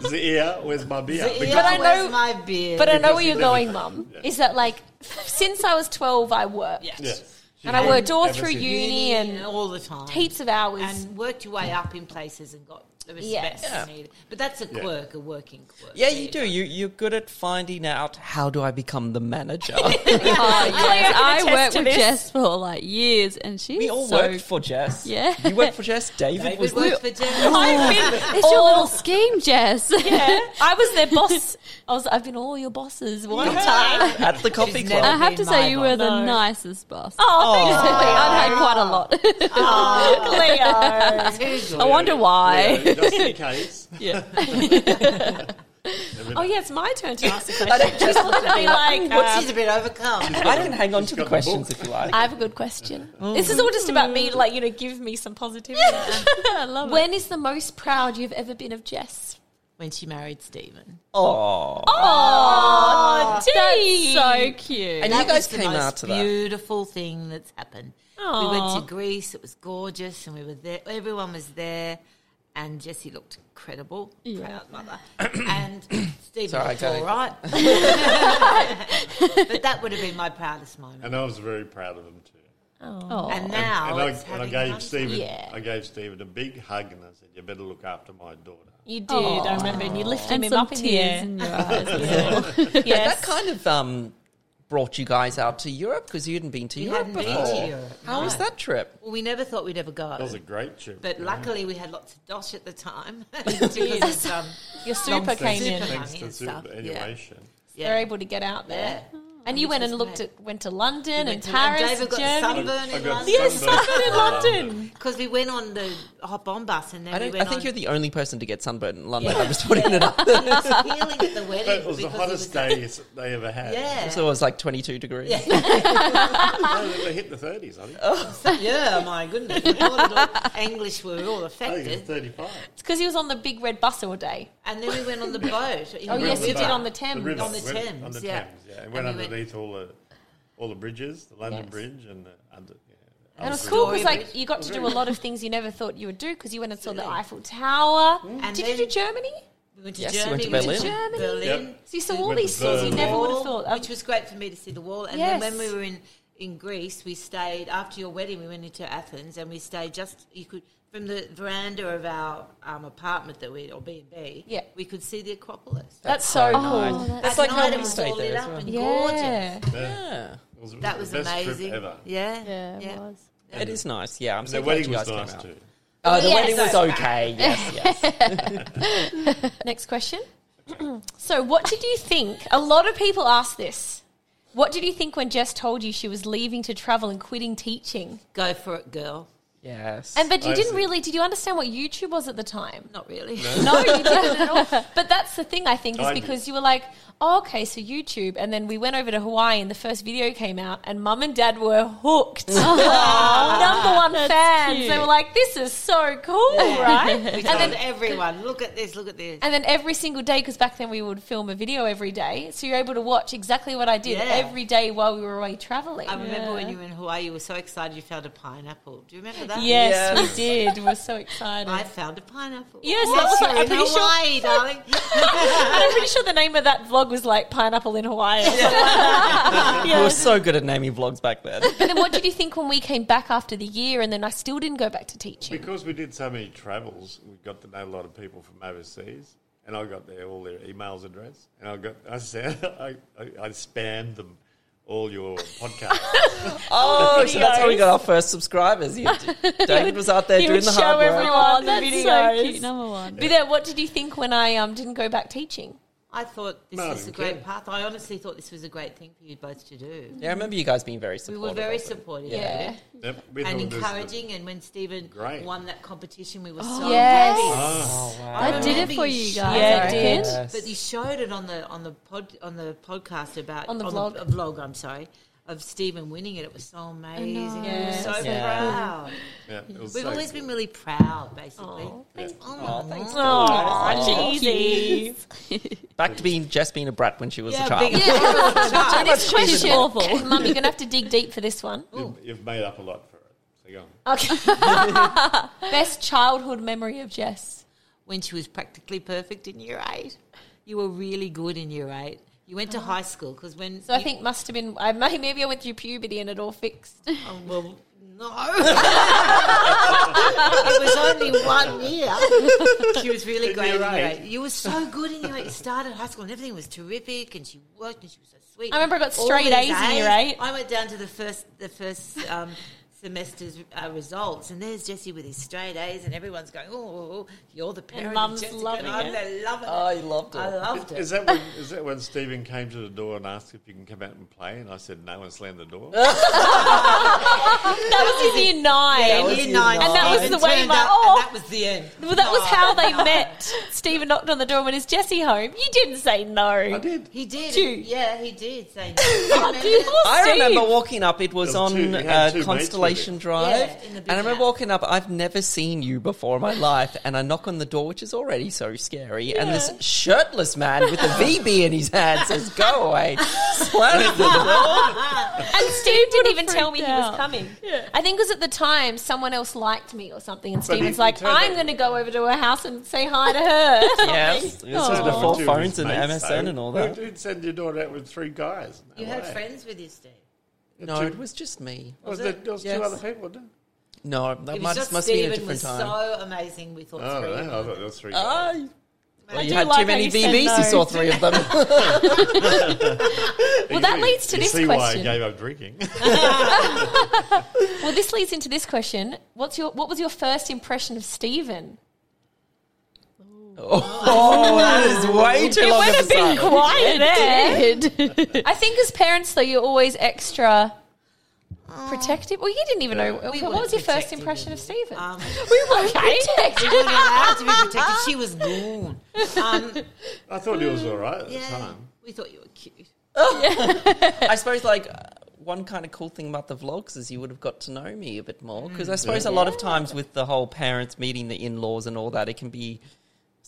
Speaker 6: beer. Zia with my beer.
Speaker 4: Zia
Speaker 6: Because
Speaker 3: But I know-
Speaker 4: was my beard.
Speaker 3: but I know
Speaker 6: Because
Speaker 3: where
Speaker 6: he
Speaker 3: you're
Speaker 6: never-
Speaker 3: going, Mum. Is that like, since I was 12, I worked.
Speaker 6: Yes.
Speaker 3: And I worked all
Speaker 6: Ever
Speaker 3: through
Speaker 6: since.
Speaker 3: uni and
Speaker 4: all the time.
Speaker 3: heaps of hours.
Speaker 4: and worked your way up in places and got the
Speaker 3: Yes.
Speaker 4: respect
Speaker 2: Yeah.
Speaker 4: you needed. But that's a
Speaker 6: Yeah.
Speaker 4: quirk, a working quirk.
Speaker 2: Yeah, you do. You you're good at finding out how do I become the manager.
Speaker 5: Oh, yes.
Speaker 3: can attest
Speaker 5: I worked
Speaker 3: to
Speaker 5: with
Speaker 3: this.
Speaker 5: Jess for like years and she's
Speaker 2: we all
Speaker 5: so
Speaker 2: worked for Jess.
Speaker 5: Yeah.
Speaker 2: you worked for Jess. David,
Speaker 4: David
Speaker 2: was.
Speaker 4: worked for Jen.
Speaker 3: I've been
Speaker 5: It's your little scheme, Jess.
Speaker 3: yeah, I was their boss. I was, I've been all your bosses one time.
Speaker 2: at the coffee
Speaker 4: She's
Speaker 2: club.
Speaker 5: I
Speaker 4: never-
Speaker 5: have to
Speaker 4: Be my
Speaker 5: say, you were the
Speaker 3: boss. No.
Speaker 5: nicest boss.
Speaker 3: Oh,
Speaker 5: I've had quite a lot.
Speaker 3: thanks, Leo.
Speaker 4: Too good.
Speaker 5: I wonder why.
Speaker 6: Yeah, just in case.
Speaker 5: Yeah.
Speaker 3: Oh, yeah, it's my turn to ask a question.
Speaker 2: I don't just
Speaker 3: Look at me like, uh,
Speaker 4: She's a bit overcome.
Speaker 2: I don't hang on to the
Speaker 6: got the
Speaker 2: questions
Speaker 6: book.
Speaker 2: if you like.
Speaker 3: I have a good question. This is all just about me, like, you know, give me some positivity.
Speaker 5: I love it.
Speaker 3: when is the most proud you've ever been of Jess?
Speaker 4: when she married Stephen.
Speaker 2: Oh,
Speaker 3: Oh,
Speaker 5: That's
Speaker 3: dang.
Speaker 5: so cute.
Speaker 2: and
Speaker 4: That
Speaker 2: you guys
Speaker 4: was the
Speaker 2: came
Speaker 4: most
Speaker 2: out to that.
Speaker 4: beautiful thing that's happened. We went to Greece. It was gorgeous, and we were there. Everyone was there, and Jessie looked incredible.
Speaker 5: Yeah.
Speaker 4: Proud mother. and Stephen
Speaker 2: Sorry,
Speaker 4: looked
Speaker 2: Kelly.
Speaker 4: all right. but that would have been my proudest moment.
Speaker 6: And I was very proud of him too.
Speaker 5: Oh.
Speaker 4: And now,
Speaker 6: and I,
Speaker 4: it's
Speaker 6: and I
Speaker 4: having
Speaker 6: gave
Speaker 4: fun.
Speaker 6: Stephen,
Speaker 5: Yeah.
Speaker 6: I gave Stephen a big hug, and I said, "You better look after my daughter."
Speaker 3: You did.
Speaker 5: Aw.
Speaker 3: I remember, and you lifted
Speaker 5: And
Speaker 3: him
Speaker 5: some
Speaker 3: up in the
Speaker 5: tears
Speaker 3: air.
Speaker 5: in your eyes.
Speaker 2: That
Speaker 3: Yes.
Speaker 2: kind of um, brought you guys out to Europe because you hadn't been to
Speaker 4: We
Speaker 2: Europe
Speaker 4: hadn't been
Speaker 2: before.
Speaker 4: to Europe,
Speaker 2: How was
Speaker 4: no.
Speaker 2: that trip?
Speaker 4: Well, we never thought we'd ever go.
Speaker 6: That was a great trip.
Speaker 4: But luckily, we had lots of dosh at the time. Because of um, some
Speaker 3: Your super
Speaker 4: nonsense.
Speaker 3: came in.
Speaker 4: Super
Speaker 6: thanks
Speaker 4: money
Speaker 6: to
Speaker 4: and stuff. Yeah.
Speaker 6: superannuation.
Speaker 4: Yeah.
Speaker 3: They're able to get out there.
Speaker 4: Yeah.
Speaker 3: And you went and
Speaker 4: just
Speaker 3: looked
Speaker 4: made-
Speaker 3: at went to London and
Speaker 4: went to-
Speaker 3: Paris,
Speaker 4: and David got
Speaker 3: Germany.
Speaker 4: sunburned. Sunburn in London.
Speaker 3: Yes,
Speaker 6: sunburn
Speaker 3: sunburn in London.
Speaker 4: Because we went on the hop on bus and then
Speaker 2: I,
Speaker 4: we
Speaker 2: don't, I
Speaker 4: went
Speaker 2: think
Speaker 4: on
Speaker 2: you're the only person to get sunburned in London.
Speaker 4: Yeah.
Speaker 2: I'm just putting it up.
Speaker 4: healing at the wedding.
Speaker 6: But it was the
Speaker 4: because
Speaker 6: hottest
Speaker 4: it was-
Speaker 6: day s- they ever had.
Speaker 4: Yeah.
Speaker 2: So it was like 22 degrees.
Speaker 6: No, they- they hit the 30s, I think.
Speaker 4: yeah, my goodness. We all had all- English were all
Speaker 6: I think it was
Speaker 4: affected.
Speaker 6: 35.
Speaker 3: It's because he was on the big red bus all day.
Speaker 4: And then we went on the boat.
Speaker 3: Oh, yes,
Speaker 6: River
Speaker 3: you did
Speaker 6: Bar.
Speaker 3: on the Thames.
Speaker 6: river.
Speaker 4: On the
Speaker 6: Went-
Speaker 4: Thames,
Speaker 6: On the
Speaker 4: yeah.
Speaker 6: Thames, yeah. And
Speaker 4: And we
Speaker 6: went
Speaker 4: went-
Speaker 6: underneath all the all the bridges, the London
Speaker 3: Yes.
Speaker 6: Bridge and the under. Yeah,
Speaker 3: And it was
Speaker 6: Alfred
Speaker 3: cool
Speaker 6: Bridge.
Speaker 3: because
Speaker 4: Story
Speaker 3: like you got to do a lot of things you never thought you would do because you went and saw the
Speaker 4: Yeah.
Speaker 3: Eiffel Tower.
Speaker 4: Mm-hmm. And
Speaker 3: Did
Speaker 4: then-
Speaker 3: you do Germany?
Speaker 4: We went to
Speaker 2: Yes, we
Speaker 4: Germany.
Speaker 2: went to
Speaker 4: we
Speaker 3: Berlin.
Speaker 4: to
Speaker 3: Germany.
Speaker 4: Berlin.
Speaker 6: Yep.
Speaker 3: So you saw
Speaker 4: Did
Speaker 3: all
Speaker 6: Went
Speaker 3: these
Speaker 6: to
Speaker 3: things you
Speaker 6: Berlin.
Speaker 3: never would have
Speaker 4: wall,
Speaker 3: thought. Um,
Speaker 4: which was great for me to see the wall. And
Speaker 3: Yes.
Speaker 4: then when we were in, in Greece, we stayed after your wedding. We went into Athens and we stayed just you could from the veranda of our um, apartment that we or B and B.
Speaker 3: Yeah.
Speaker 4: we could see the Acropolis.
Speaker 2: That's so nice.
Speaker 5: nice. that's-
Speaker 2: That's
Speaker 4: At
Speaker 2: like how
Speaker 4: night
Speaker 2: we
Speaker 4: it was
Speaker 2: stayed
Speaker 4: all
Speaker 2: there
Speaker 4: lit
Speaker 2: as
Speaker 4: up
Speaker 2: well.
Speaker 4: and
Speaker 3: yeah.
Speaker 4: gorgeous.
Speaker 2: Yeah,
Speaker 6: It was, it was
Speaker 4: That
Speaker 6: the
Speaker 4: was
Speaker 6: best trip
Speaker 4: amazing.
Speaker 6: ever.
Speaker 4: Yeah,
Speaker 5: Yeah, it was.
Speaker 2: it is nice. Yeah, I'm
Speaker 6: And
Speaker 2: so
Speaker 6: the
Speaker 2: glad
Speaker 6: wedding
Speaker 2: you guys
Speaker 6: was
Speaker 2: came
Speaker 6: nice
Speaker 2: out.
Speaker 6: too.
Speaker 2: Oh, the
Speaker 3: Yes.
Speaker 2: wedding was okay. Yes, yes.
Speaker 3: Next question. so, what did you think? A lot of people ask this. What did you think when Jess told you she was leaving to travel and quitting teaching?
Speaker 4: Go for it, girl.
Speaker 2: yes.
Speaker 3: And but you
Speaker 6: I
Speaker 3: didn't
Speaker 6: see.
Speaker 3: really. Did you understand what YouTube was at the time?
Speaker 4: Not really.
Speaker 3: No, you didn't at all. But that's the thing I think is
Speaker 6: I did.
Speaker 3: because you were like, oh, okay, so YouTube, and then we went over to Hawaii, and the first video came out, and Mum and Dad were hooked. Number one fans. They
Speaker 5: cute.
Speaker 3: were like, this is so cool, right?
Speaker 4: We
Speaker 3: And
Speaker 4: told
Speaker 3: then
Speaker 4: everyone, look at this, look at this.
Speaker 3: and then every single day, because back then we would film a video every day, so you're able to watch exactly what I did
Speaker 4: Yeah.
Speaker 3: every day while we were away traveling.
Speaker 4: I remember when you were in Hawaii, you were so excited you found a pineapple. Do you remember that?
Speaker 3: yes, we did. We were so excited.
Speaker 4: I found a pineapple.
Speaker 3: Yes, that was
Speaker 4: you're
Speaker 3: like- I'm
Speaker 4: in
Speaker 3: pretty sure-
Speaker 4: Hawaii, darling.
Speaker 3: and I'm pretty sure the name of that vlog was like Pineapple in Hawaii. or something like that.
Speaker 2: you
Speaker 3: Yeah.
Speaker 2: were so good at naming vlogs back then.
Speaker 3: And then what did you think when we came back after the year and then I still didn't go back to teaching?
Speaker 6: Because we did so many travels, we got to know a lot of people from overseas, and I got their all their emails address, and I got I said I, I, I spammed them all your podcasts.
Speaker 2: Oh, so that's how we got our first subscribers. You- David was out there
Speaker 3: he
Speaker 2: doing
Speaker 3: would
Speaker 2: the
Speaker 3: show
Speaker 2: hard
Speaker 3: everyone.
Speaker 2: work.
Speaker 3: Oh,
Speaker 5: Oh,
Speaker 3: the
Speaker 5: that's
Speaker 3: videos.
Speaker 5: so cute. Number one.
Speaker 3: But then what did you think when I um, didn't go back teaching?
Speaker 4: I thought this
Speaker 6: No, I
Speaker 4: was a
Speaker 6: didn't
Speaker 4: great
Speaker 6: care.
Speaker 4: path. I honestly thought this was a great thing for you both to do.
Speaker 2: Yeah, I remember you guys being very
Speaker 4: We
Speaker 2: supportive.
Speaker 4: were very
Speaker 2: of it.
Speaker 4: supportive
Speaker 3: Yeah.
Speaker 4: of it
Speaker 6: Yep, we
Speaker 4: and
Speaker 6: thought this was the-
Speaker 4: encouraging. And when Stephen
Speaker 6: Great.
Speaker 4: won that competition, we were
Speaker 3: Oh,
Speaker 4: so
Speaker 5: yes.
Speaker 4: happy.
Speaker 6: Ah,
Speaker 4: I
Speaker 5: That did
Speaker 4: remember
Speaker 5: it for
Speaker 4: you
Speaker 5: you
Speaker 4: showed
Speaker 5: guys.
Speaker 3: Yeah,
Speaker 5: I
Speaker 3: it
Speaker 5: reckon.
Speaker 3: did.
Speaker 4: But you showed it on the on the pod on the podcast about
Speaker 3: On the vlog.
Speaker 4: a vlog. I'm sorry, of Stephen winning it. It was so amazing. We were
Speaker 3: Yeah,
Speaker 4: so
Speaker 3: so
Speaker 4: proud.
Speaker 6: yeah, it was
Speaker 4: We've
Speaker 6: so
Speaker 4: always
Speaker 6: cool.
Speaker 4: been really proud, basically.
Speaker 3: Aw,
Speaker 4: Oh, my
Speaker 2: Oh, thanks.
Speaker 3: Oh, cheesy.
Speaker 2: Back to being just being a brat when she was a
Speaker 4: Yeah,
Speaker 2: child.
Speaker 4: big-
Speaker 3: This question,
Speaker 5: awful.
Speaker 3: Mum, you're going to have to dig deep for this one.
Speaker 6: You've, you've made up a lot for it. So go on.
Speaker 3: Okay. Best childhood memory of Jess.
Speaker 4: when she was practically perfect in year eight. You were really good in year eight. You went to high school because when
Speaker 3: Uh-huh. So I think must have been I may, maybe I went through puberty and it all fixed.
Speaker 4: oh, well no, it was only one year. She was really
Speaker 6: In
Speaker 4: great
Speaker 6: year
Speaker 4: in year
Speaker 6: eight.
Speaker 4: eight. You were so good in year eight. You started high school and everything was terrific, and she worked and she was so sweet.
Speaker 3: I remember I got
Speaker 4: All
Speaker 3: straight
Speaker 4: these
Speaker 3: A's in year eight.
Speaker 4: I went down to the first the first um, semester's uh, results, and there's Jesse with his straight A's, and everyone's going, "Oh, oh, oh, you're the parent." of
Speaker 3: Mum's
Speaker 4: Jessica,"
Speaker 3: loving
Speaker 4: and I'm
Speaker 3: it.
Speaker 4: loving
Speaker 2: Oh, you loved it.
Speaker 4: I loved it.
Speaker 6: Is that, when, is that when Stephen came to the door and asked if you can come out and play? And I said no and slammed the door.
Speaker 3: That was in year nine.
Speaker 4: Yeah,
Speaker 2: was
Speaker 4: year
Speaker 2: year
Speaker 4: nine.
Speaker 2: nine. And that
Speaker 3: was
Speaker 4: Stephen
Speaker 3: the way
Speaker 4: turned
Speaker 3: my-
Speaker 4: up,
Speaker 3: oh.
Speaker 4: and that was the end. Oh.
Speaker 3: Well, that was how they met. Stephen knocked on the door and went, Is Jesse home? You didn't say
Speaker 6: I
Speaker 3: no.
Speaker 6: did.
Speaker 4: He did.
Speaker 3: Dude.
Speaker 4: Yeah, he did. Say
Speaker 3: Oh, dude, poor
Speaker 2: I
Speaker 3: Steve.
Speaker 2: remember walking up. It was
Speaker 6: There was two-
Speaker 2: on
Speaker 6: you had
Speaker 2: uh,
Speaker 6: two mates with
Speaker 2: Station Drive.
Speaker 4: Yeah, in the big
Speaker 2: and I remember
Speaker 4: house.
Speaker 2: walking up, I've never seen you before in my life. And I knock on the door, which is already so scary. And this shirtless man with a VB in his hand says, Go away. Slammed the door.
Speaker 3: And Steve didn't even tell me
Speaker 5: freaked
Speaker 3: he was
Speaker 5: out.
Speaker 3: coming. I think it was at the time someone else liked me or something, and
Speaker 6: But he-
Speaker 3: Steven's
Speaker 6: he
Speaker 3: like,
Speaker 6: turned
Speaker 3: "I'm
Speaker 6: up-
Speaker 3: going to go over to her house and say hi to her."
Speaker 2: Yes. This was
Speaker 6: Send it
Speaker 2: before
Speaker 6: to his
Speaker 2: phones and
Speaker 6: mates,
Speaker 2: MSN
Speaker 6: though.
Speaker 2: and all
Speaker 6: Who
Speaker 2: that.
Speaker 6: did send your daughter out with three guys? No
Speaker 4: You had
Speaker 6: way.
Speaker 4: friends with you, Steve.
Speaker 2: No,
Speaker 6: Two-
Speaker 2: it was just me.
Speaker 6: Was there, there was
Speaker 2: Yes.
Speaker 6: two other people, didn't
Speaker 2: No, that
Speaker 4: It
Speaker 2: might,
Speaker 4: was
Speaker 2: just
Speaker 4: just
Speaker 2: must
Speaker 4: Stephen
Speaker 2: be a different
Speaker 4: was
Speaker 2: time.
Speaker 4: so amazing. We thought
Speaker 6: Oh,
Speaker 4: three.
Speaker 6: no, I
Speaker 4: of
Speaker 6: thought
Speaker 4: them.
Speaker 6: there was three guys.
Speaker 2: Ah,
Speaker 3: I
Speaker 2: you
Speaker 3: do
Speaker 2: had
Speaker 3: like
Speaker 2: too
Speaker 3: how
Speaker 2: many
Speaker 3: you said
Speaker 2: VBs. You
Speaker 3: no.
Speaker 2: saw three of them.
Speaker 6: Well,
Speaker 3: that leads to
Speaker 6: you
Speaker 3: this
Speaker 6: see
Speaker 3: question.
Speaker 6: why I gave up drinking.
Speaker 3: well, this leads into this question: What's your what was your first impression of Stephen?
Speaker 2: oh, that is way too long. of a silence.
Speaker 3: quiet
Speaker 5: Did.
Speaker 3: I think as parents, though, you're always extra protective. Well, you didn't even know. what
Speaker 4: weren't
Speaker 3: was your first
Speaker 4: protective
Speaker 3: impression of Stephen?
Speaker 4: Um,
Speaker 3: we were okay.
Speaker 4: she wasn't allowed to be protected. She was gone. Um,
Speaker 6: I thought it was all right at the
Speaker 4: yeah,
Speaker 6: time.
Speaker 4: we thought you were cute.
Speaker 2: I suppose like uh, one kind of cool thing about the vlogs is you would have got to know me a bit more because I suppose a lot of times with the whole parents meeting the in-laws and all that, it can be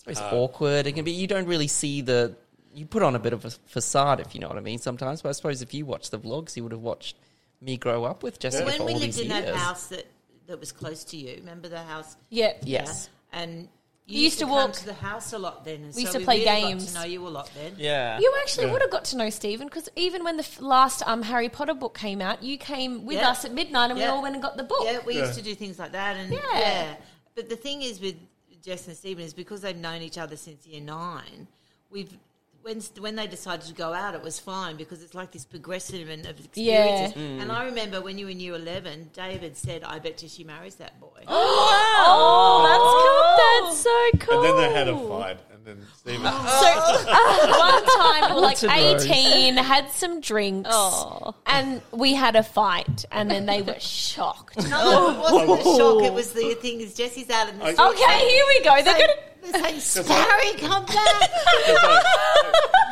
Speaker 2: I suppose awkward. It can be you don't really see the you put on a bit of a facade if you know what I mean sometimes. But I suppose if you watch the vlogs, you would have watched me grow up with Jessica
Speaker 4: when
Speaker 2: for
Speaker 4: we
Speaker 2: all
Speaker 4: lived
Speaker 2: these
Speaker 4: in
Speaker 2: years.
Speaker 4: that house that, that was close to you, remember the house?
Speaker 3: yeah.
Speaker 2: Yes.
Speaker 4: Yeah. And you
Speaker 3: You used to
Speaker 4: come
Speaker 3: walk-
Speaker 4: to the house a lot then. and
Speaker 3: We used
Speaker 4: so
Speaker 3: to play
Speaker 4: really got
Speaker 3: games.
Speaker 4: to know you a lot then.
Speaker 2: Yeah.
Speaker 3: You actually
Speaker 6: Yeah.
Speaker 3: would have got to know Stephen because even when the f- last um, Harry Potter book came out, you came with
Speaker 4: Yeah.
Speaker 3: us at midnight and
Speaker 4: Yeah.
Speaker 3: we all went and got the book.
Speaker 4: Yeah, we
Speaker 6: Yeah.
Speaker 4: used to do things like that, and yeah.
Speaker 3: Oh. Yeah.
Speaker 4: But the thing is with Jess and Stephen is because they've known each other since year nine. We've when when they decided to go out, it was fine because it's like this progressive and of experiences. And I remember when you were in year eleven, David said, "I bet you she marries that boy."
Speaker 5: Oh, that's cool. That's so
Speaker 6: And
Speaker 5: cool.
Speaker 6: then they had a fight, and then Stephen.
Speaker 3: Oh.
Speaker 4: Oh.
Speaker 3: One time, we were like
Speaker 2: What a gross.
Speaker 3: 18, had some drinks,
Speaker 5: Oh.
Speaker 3: and we had a fight, and then they were shocked.
Speaker 4: No, it wasn't the shock. It was the thing is Jesse's out in the
Speaker 6: I-
Speaker 4: street
Speaker 3: Okay, here we go. They're
Speaker 4: saying-
Speaker 3: gonna.
Speaker 4: They're saying, Sparry, come back!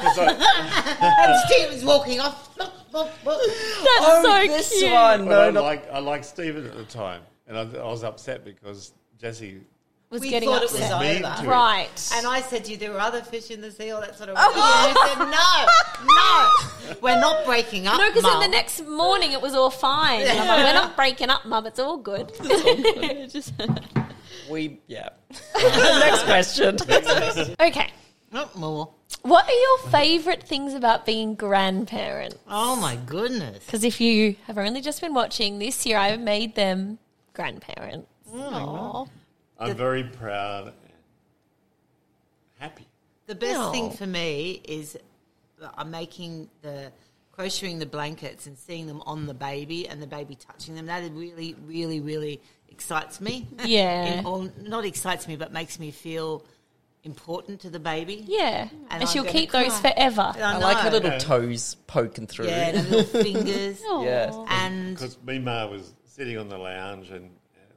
Speaker 6: It's like,
Speaker 4: and Stephen's walking off. Look, look, look.
Speaker 5: That's
Speaker 2: oh,
Speaker 5: so
Speaker 2: this
Speaker 5: cute.
Speaker 2: one.
Speaker 6: but I
Speaker 2: No, not
Speaker 6: like I liked Stephen at the time, and I, I was upset because Jesse
Speaker 3: Was
Speaker 4: We
Speaker 3: getting
Speaker 4: thought
Speaker 3: upset.
Speaker 4: it was
Speaker 6: mean
Speaker 4: over.
Speaker 6: to it.
Speaker 3: right.
Speaker 4: And I said to you, there were other fish in the sea, all that sort of. Oh, you said, no, no, we're not breaking up.
Speaker 3: no, because then
Speaker 4: Mum."
Speaker 3: the next morning it was all fine. And I'm like, we're not breaking up, mum. It's all good.
Speaker 5: Just-
Speaker 2: we. Yeah. Next question.
Speaker 3: okay.
Speaker 4: Not more.
Speaker 3: What are your favourite things about being grandparent?
Speaker 4: Oh my goodness!
Speaker 3: Because if you have only just been watching this year, I've made them grandparents.
Speaker 4: Oh,
Speaker 5: Aw.
Speaker 6: I'm very proud and happy.
Speaker 4: The best
Speaker 3: No.
Speaker 4: thing for me is that I'm making the crocheting the blankets and seeing them on the baby and the baby touching them. That is really, really, really excites me.
Speaker 3: Yeah.
Speaker 4: In all, not excites me, but makes me feel important to the baby.
Speaker 3: Yeah, and,
Speaker 4: I'm
Speaker 3: she'll
Speaker 4: gonna
Speaker 3: keep those
Speaker 4: cry.
Speaker 3: forever.
Speaker 4: I,
Speaker 2: I like her
Speaker 4: know.
Speaker 2: little toes poking through.
Speaker 4: yeah, the little fingers
Speaker 3: Oh.
Speaker 2: Yes.
Speaker 4: and
Speaker 6: Because Mima was sitting on the lounge, and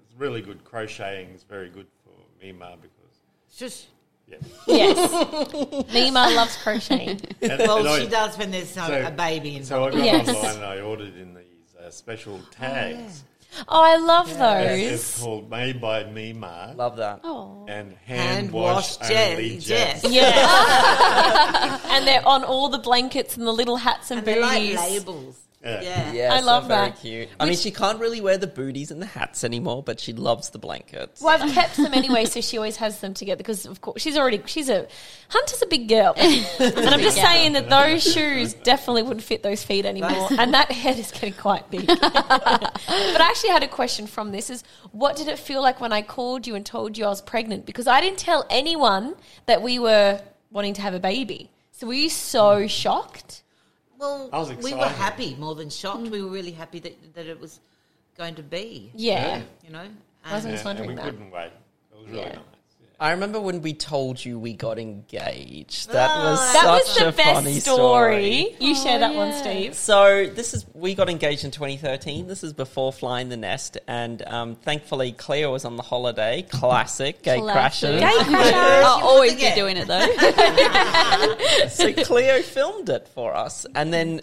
Speaker 6: it's really good. Crocheting is very good for Mima because
Speaker 4: just.
Speaker 6: yeah.
Speaker 3: Yes, Mima loves crocheting.
Speaker 6: And,
Speaker 4: Well,
Speaker 6: and I-
Speaker 4: she does when there's no, a baby involved.
Speaker 6: So I got
Speaker 3: Yes.
Speaker 6: online and I ordered in these uh, special tags.
Speaker 3: Oh, I love
Speaker 6: It's- It's
Speaker 3: those.
Speaker 6: called Made by Mima
Speaker 2: Love that.
Speaker 5: Oh.
Speaker 6: and
Speaker 4: Hand
Speaker 6: Hand Wash
Speaker 4: wash Jess-
Speaker 6: Only
Speaker 4: Jess.
Speaker 6: Jess.
Speaker 3: Yeah, and they're on all the blankets and the little hats and,
Speaker 4: And they're
Speaker 3: booties.
Speaker 4: like labels.
Speaker 6: Yeah.
Speaker 4: Yeah.
Speaker 2: Yeah,
Speaker 3: I
Speaker 2: so
Speaker 3: love
Speaker 2: very
Speaker 3: that.
Speaker 2: Cute. I mean, she can't really wear the booties and the hats anymore, but she loves the blankets.
Speaker 3: Well, I've kept them anyway, so she always has them together because, of course, she's already she's a Hunter's a big girl, and I'm just saying that those shoes definitely wouldn't fit those feet anymore, and that head is getting quite big. but I actually had a question from this: is what did it feel like when I called you and told you I was pregnant? Because I didn't tell anyone that we were wanting to have a baby, so were you so shocked?
Speaker 4: Well,
Speaker 6: I was
Speaker 4: we were
Speaker 6: excited.
Speaker 4: happy more than shocked.
Speaker 3: Mm.
Speaker 4: We were really happy that, that it was going to be,
Speaker 3: Yeah,
Speaker 4: you know.
Speaker 3: I was
Speaker 4: And
Speaker 3: always
Speaker 6: Yeah, and
Speaker 3: wondering
Speaker 6: we
Speaker 3: that.
Speaker 6: couldn't wait. It was really
Speaker 3: Yeah.
Speaker 6: nice.
Speaker 2: I remember when we told you we got engaged. That was
Speaker 4: that
Speaker 2: such
Speaker 3: Ah, That was
Speaker 2: a
Speaker 3: the
Speaker 2: funny
Speaker 3: best story. You
Speaker 5: Oh,
Speaker 3: share that one,
Speaker 5: yeah.
Speaker 3: Steve.
Speaker 2: So this is we got engaged in 2013. This is before flying the nest, and um, thankfully Claire was on the holiday. Classic gate crashes.
Speaker 5: Gay crashes. I'll always be doing it though.
Speaker 2: so Cleo filmed it for us, and then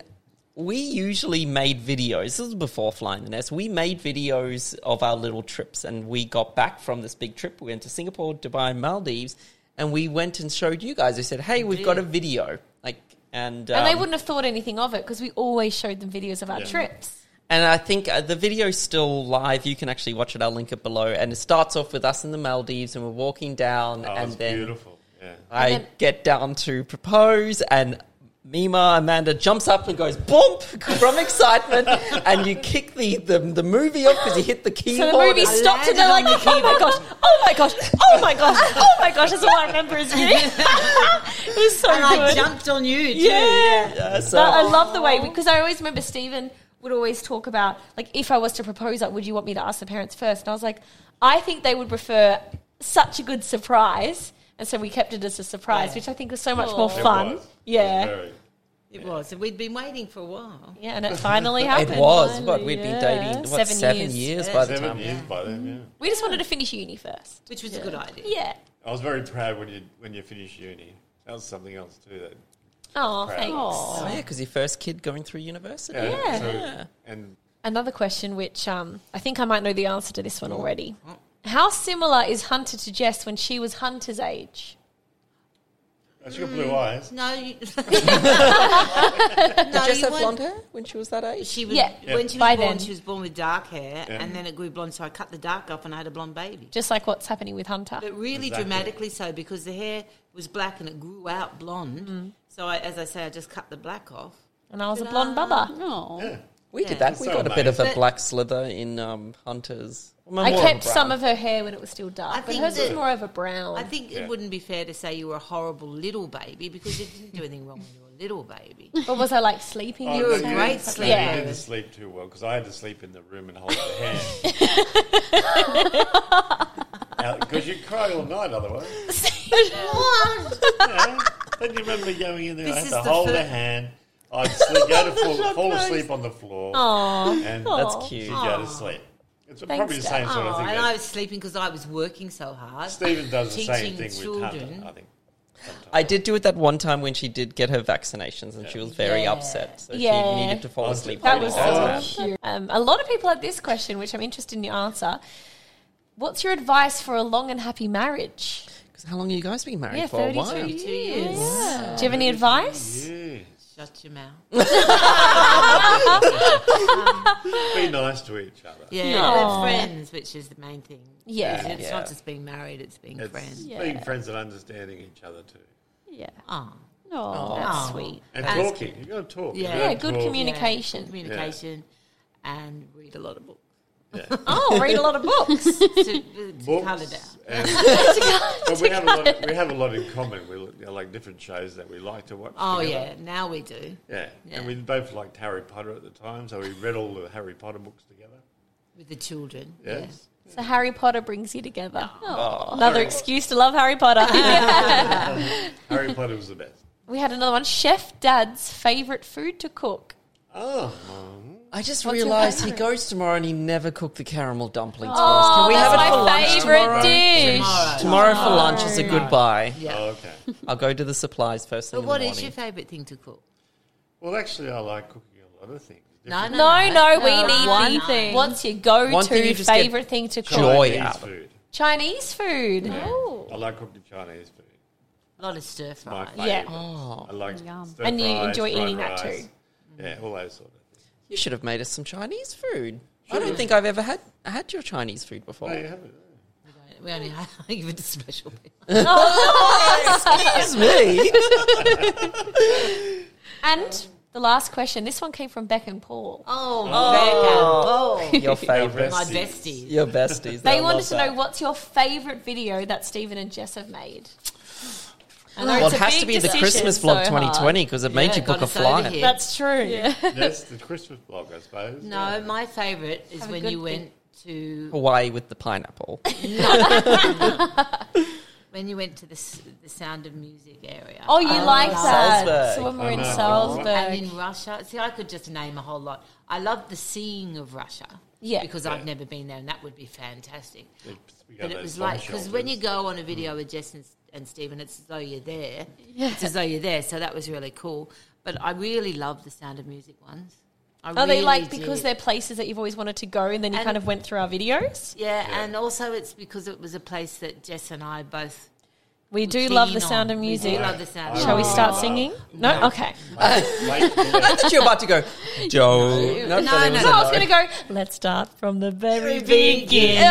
Speaker 2: we usually made videos. This was before flying the nest. We made videos of our little trips, and we got back from this big trip. We went to Singapore, Dubai, Maldives, and we went and showed you guys. We said, "Hey, we've got a video." Like, and
Speaker 3: and they
Speaker 2: um,
Speaker 3: wouldn't have thought anything of it because we always showed them videos of our
Speaker 6: Yeah.
Speaker 3: trips.
Speaker 2: And I think uh, the video's still live. You can actually watch it. I'll link it below. And it starts off with us in the Maldives, and we're walking down,
Speaker 6: Oh,
Speaker 2: and
Speaker 6: it's
Speaker 2: then
Speaker 6: beautiful. Yeah.
Speaker 2: I
Speaker 3: And then-
Speaker 2: get down to propose, and Mima Amanda jumps up and goes bump from excitement, and you kick the the, the movie off because you hit the
Speaker 3: So
Speaker 2: keyboard.
Speaker 3: the movie
Speaker 2: and-
Speaker 3: stopped and they're like, oh my gosh, oh my gosh, oh my gosh, oh my gosh, that's all I remember is you. it was so
Speaker 4: And I
Speaker 3: good.
Speaker 4: jumped on you too.
Speaker 3: yeah.
Speaker 2: Yeah, Uh, Oh. so-
Speaker 3: But I love the way, because I always remember Stephen would always talk about, like, if I was to propose, like, would you want me to ask the parents first? And I was like, I think they would prefer such a good surprise. And so we kept it as a surprise, which I think was so much more
Speaker 6: It
Speaker 3: fun.
Speaker 6: was. It was
Speaker 3: Yeah.
Speaker 6: very-
Speaker 4: It was. And we'd been waiting for a while.
Speaker 3: yeah, and it finally happened.
Speaker 2: it was,
Speaker 3: Finally,
Speaker 2: but we'd
Speaker 3: yeah.
Speaker 2: been dating what, seven, years, by the
Speaker 6: Seven
Speaker 2: time.
Speaker 6: years by then, yeah.
Speaker 3: We just wanted to finish uni first.
Speaker 4: Which was a good idea.
Speaker 3: Yeah.
Speaker 6: I was very proud when you when you finished uni. That was something else too. That
Speaker 3: Oh, thanks.
Speaker 2: Oh yeah, because your first kid going through university.
Speaker 3: Yeah.
Speaker 6: so- and
Speaker 3: Another question, which um, I think I might know the answer to this
Speaker 4: Mm.
Speaker 3: one already. How similar is Hunter to Jess when she was Hunter's age?
Speaker 6: oh, she got blue eyes.
Speaker 4: No, you,
Speaker 2: Did Jess
Speaker 4: you
Speaker 2: have
Speaker 4: weren't-
Speaker 2: blonde hair when she was that age?
Speaker 4: she was
Speaker 3: Yeah.
Speaker 4: when she was
Speaker 3: By
Speaker 4: born.
Speaker 3: then.
Speaker 4: She was born with dark hair,
Speaker 6: Yeah.
Speaker 4: and then it grew blonde. So I cut the dark up, and I had a blonde baby.
Speaker 3: Just like what's happening with Hunter.
Speaker 4: But really
Speaker 6: Exactly.
Speaker 4: dramatically so because the hair was black and it grew out blonde.
Speaker 6: Mm.
Speaker 4: So I, as I say, I just cut the black off.
Speaker 3: And I was a blonde bubba.
Speaker 5: Oh.
Speaker 6: Yeah.
Speaker 2: We did
Speaker 4: Yeah.
Speaker 2: that.
Speaker 6: It's
Speaker 2: we
Speaker 6: so
Speaker 2: got a bit of a
Speaker 4: amazing.
Speaker 2: black slither in um, Hunters. Well,
Speaker 3: I
Speaker 2: more
Speaker 3: kept
Speaker 2: brown.
Speaker 3: some of her hair when it was still dark,
Speaker 4: I
Speaker 3: but
Speaker 4: think
Speaker 3: hers was
Speaker 4: that-
Speaker 3: more of a brown.
Speaker 4: I think
Speaker 6: Yeah.
Speaker 4: it wouldn't be fair to say you were a horrible little baby because you didn't do anything wrong when you were a little baby.
Speaker 3: But was I like sleeping?
Speaker 6: Oh,
Speaker 3: all
Speaker 4: You were
Speaker 3: the
Speaker 6: no,
Speaker 4: a
Speaker 3: time?
Speaker 4: great
Speaker 6: didn't-
Speaker 4: sleeper.
Speaker 6: No, you
Speaker 3: Yeah.
Speaker 6: didn't sleep too well because I had to sleep in the room and hold her hand. Because you'd cry all night otherwise. Yeah. Don't you remember me going in there? I
Speaker 4: This
Speaker 6: had
Speaker 4: is
Speaker 6: to
Speaker 4: the
Speaker 6: hold
Speaker 4: fir-
Speaker 6: her hand. I'd sleep, go to fall, fall asleep on the floor. And
Speaker 2: That's cute.
Speaker 6: she'd go to sleep. It's probably the same sort of
Speaker 4: Oh,
Speaker 6: thing.
Speaker 4: and
Speaker 6: that
Speaker 4: I was sleeping because I was working so hard.
Speaker 6: Stephen does the
Speaker 4: teaching
Speaker 6: same thing with
Speaker 4: children.
Speaker 6: Hunter, I think.
Speaker 2: I did do it that one time when she did get her vaccinations, and she was very
Speaker 4: Yeah.
Speaker 2: upset. So
Speaker 3: Yeah.
Speaker 2: she needed to fall asleep.
Speaker 3: That
Speaker 2: really
Speaker 3: was
Speaker 2: fast.
Speaker 6: Oh.
Speaker 3: so cute. Um, a lot of people had this question, which I'm interested in your answer. What's your advice for a long and happy marriage?
Speaker 2: 'Cause how long have you guys been married
Speaker 3: Yeah,
Speaker 2: for? a
Speaker 3: 32
Speaker 2: while?
Speaker 3: years.
Speaker 4: Two years.
Speaker 3: Do you have any advice?
Speaker 6: Yes.
Speaker 4: Shut your mouth.
Speaker 6: Be nice to each other.
Speaker 4: Yeah,
Speaker 3: No.
Speaker 4: we're friends, which is the main thing.
Speaker 3: Yeah.
Speaker 4: It's
Speaker 2: Yeah.
Speaker 4: not just being married, it's being
Speaker 6: It's
Speaker 4: friends.
Speaker 6: being friends and understanding each other too.
Speaker 5: Yeah.
Speaker 4: Oh.
Speaker 5: Oh.
Speaker 3: That's
Speaker 4: Oh.
Speaker 3: sweet.
Speaker 6: And
Speaker 4: As-
Speaker 6: talking. You've got to talk.
Speaker 4: Yeah.
Speaker 6: You
Speaker 3: Yeah,
Speaker 6: gotta
Speaker 3: good
Speaker 6: talk.
Speaker 3: communication.
Speaker 4: Yeah, communication and read a lot of books.
Speaker 3: Oh, read a lot of books.
Speaker 4: to, to cut it out.
Speaker 6: and- but we have, a lot we have a lot in common. We look- like different shows that we like to watch.
Speaker 4: Oh
Speaker 6: together.
Speaker 4: yeah, now we do.
Speaker 6: yeah,
Speaker 4: Yeah.
Speaker 6: And we both liked Harry Potter at the time, so we read all the Harry Potter books together.
Speaker 4: With the children.
Speaker 6: Yes.
Speaker 3: so Harry Potter brings you together.
Speaker 2: Oh.
Speaker 3: Another excuse to love Harry Potter.
Speaker 6: Harry Potter was the best.
Speaker 3: we had another one. Chef Dad's favorite food to cook.
Speaker 6: Oh,
Speaker 2: I just
Speaker 3: your
Speaker 2: realised he
Speaker 3: favourite?
Speaker 2: goes tomorrow and he never cooked the caramel dumplings for us.
Speaker 3: Oh,
Speaker 2: Can we
Speaker 3: that's
Speaker 2: have it
Speaker 3: my
Speaker 2: for lunch
Speaker 3: favorite
Speaker 2: tomorrow?
Speaker 3: dish.
Speaker 4: Tomorrow.
Speaker 2: Tomorrow for lunch is a goodbye.
Speaker 4: Yeah.
Speaker 6: oh, okay.
Speaker 2: I'll go to the supplies first thing
Speaker 4: But what
Speaker 2: in the
Speaker 4: is
Speaker 2: morning.
Speaker 4: your favourite thing to cook?
Speaker 6: Well, actually, I like cooking a lot of things.
Speaker 4: No, no,
Speaker 3: No, no, we
Speaker 5: No,
Speaker 3: need
Speaker 5: one
Speaker 3: the-
Speaker 5: thing.
Speaker 3: What's your
Speaker 2: One thing you
Speaker 3: go-to
Speaker 2: just get
Speaker 3: favorite thing to cook?
Speaker 2: joy
Speaker 6: Chinese
Speaker 2: out of
Speaker 6: food.
Speaker 3: Chinese food.
Speaker 6: I like cooking Chinese food.
Speaker 4: A lot of stir fry.
Speaker 6: My favourite.
Speaker 3: Yeah.
Speaker 2: Oh.
Speaker 6: I like
Speaker 5: Yum.
Speaker 6: stir
Speaker 3: And you
Speaker 6: fries,
Speaker 3: enjoy
Speaker 6: fried
Speaker 3: eating that
Speaker 6: rice.
Speaker 3: too.
Speaker 6: Yeah, all those sort of things.
Speaker 2: You should have made us some Chinese food. I don't think I've ever had had your Chinese food before.
Speaker 6: Oh, you have it.
Speaker 4: We only give it to special people.
Speaker 2: Excuse me.
Speaker 3: And the last question. This one came from Beck and Paul.
Speaker 4: Oh,
Speaker 2: Your
Speaker 6: Our
Speaker 2: favorite.
Speaker 4: my
Speaker 6: besties.
Speaker 4: besties.
Speaker 2: Your besties.
Speaker 3: They
Speaker 2: They'll
Speaker 3: wanted
Speaker 2: love
Speaker 3: to
Speaker 2: that.
Speaker 3: know what's your favorite video that Stephen and Jess have made. I know
Speaker 2: Well,
Speaker 3: it's
Speaker 2: it
Speaker 3: a
Speaker 2: has to
Speaker 3: big
Speaker 2: be the
Speaker 3: decision,
Speaker 2: Christmas
Speaker 3: so
Speaker 2: vlog
Speaker 3: hard.
Speaker 2: 2020 because it made
Speaker 4: Yeah,
Speaker 2: you book
Speaker 4: got
Speaker 2: a
Speaker 4: us over
Speaker 2: flight.
Speaker 4: here.
Speaker 3: That's true.
Speaker 6: That's the Christmas blog, I suppose.
Speaker 4: No, my favourite is
Speaker 3: Have a
Speaker 4: when
Speaker 3: good
Speaker 4: you
Speaker 3: thing.
Speaker 4: went to
Speaker 2: Hawaii with the pineapple.
Speaker 4: when you went to the, s- the Sound of Music area.
Speaker 3: Oh, you like that.
Speaker 2: Ah. Salzburg.
Speaker 3: So when we were
Speaker 6: I
Speaker 3: in
Speaker 6: know.
Speaker 3: Salzburg.
Speaker 4: and in Russia. See, I could just name a whole lot. I love the seeing of Russia.
Speaker 3: Yeah.
Speaker 4: Because
Speaker 6: Yeah.
Speaker 4: I've never been there, and that would be fantastic.
Speaker 6: They- we got
Speaker 4: But it
Speaker 6: those
Speaker 4: was
Speaker 6: bomb
Speaker 4: like because when you
Speaker 6: shelters.
Speaker 4: go on a video with Jess and, and Stephen, it's as though you're there. It's as though you're there. So that was really cool. But I really love the Sound of Music ones. I
Speaker 3: Are Oh, they
Speaker 4: really
Speaker 3: like because
Speaker 4: did.
Speaker 3: they're places that you've always wanted to go and then you
Speaker 4: And-
Speaker 3: kind of went through our videos?
Speaker 4: Yeah, and also it's because it was a place that Jess and I both
Speaker 3: We do
Speaker 4: keen
Speaker 3: love the
Speaker 4: on.
Speaker 3: sound of
Speaker 4: We do
Speaker 3: music.
Speaker 4: love the sound.
Speaker 3: Shall we
Speaker 6: Aw.
Speaker 3: start singing? No? Okay.
Speaker 6: Late, late,
Speaker 2: You're about to go, Joe. No,
Speaker 4: No,
Speaker 2: there
Speaker 4: no,
Speaker 2: was
Speaker 3: No,
Speaker 2: a
Speaker 3: I was going to go, let's start from the very beginning.
Speaker 4: Oh,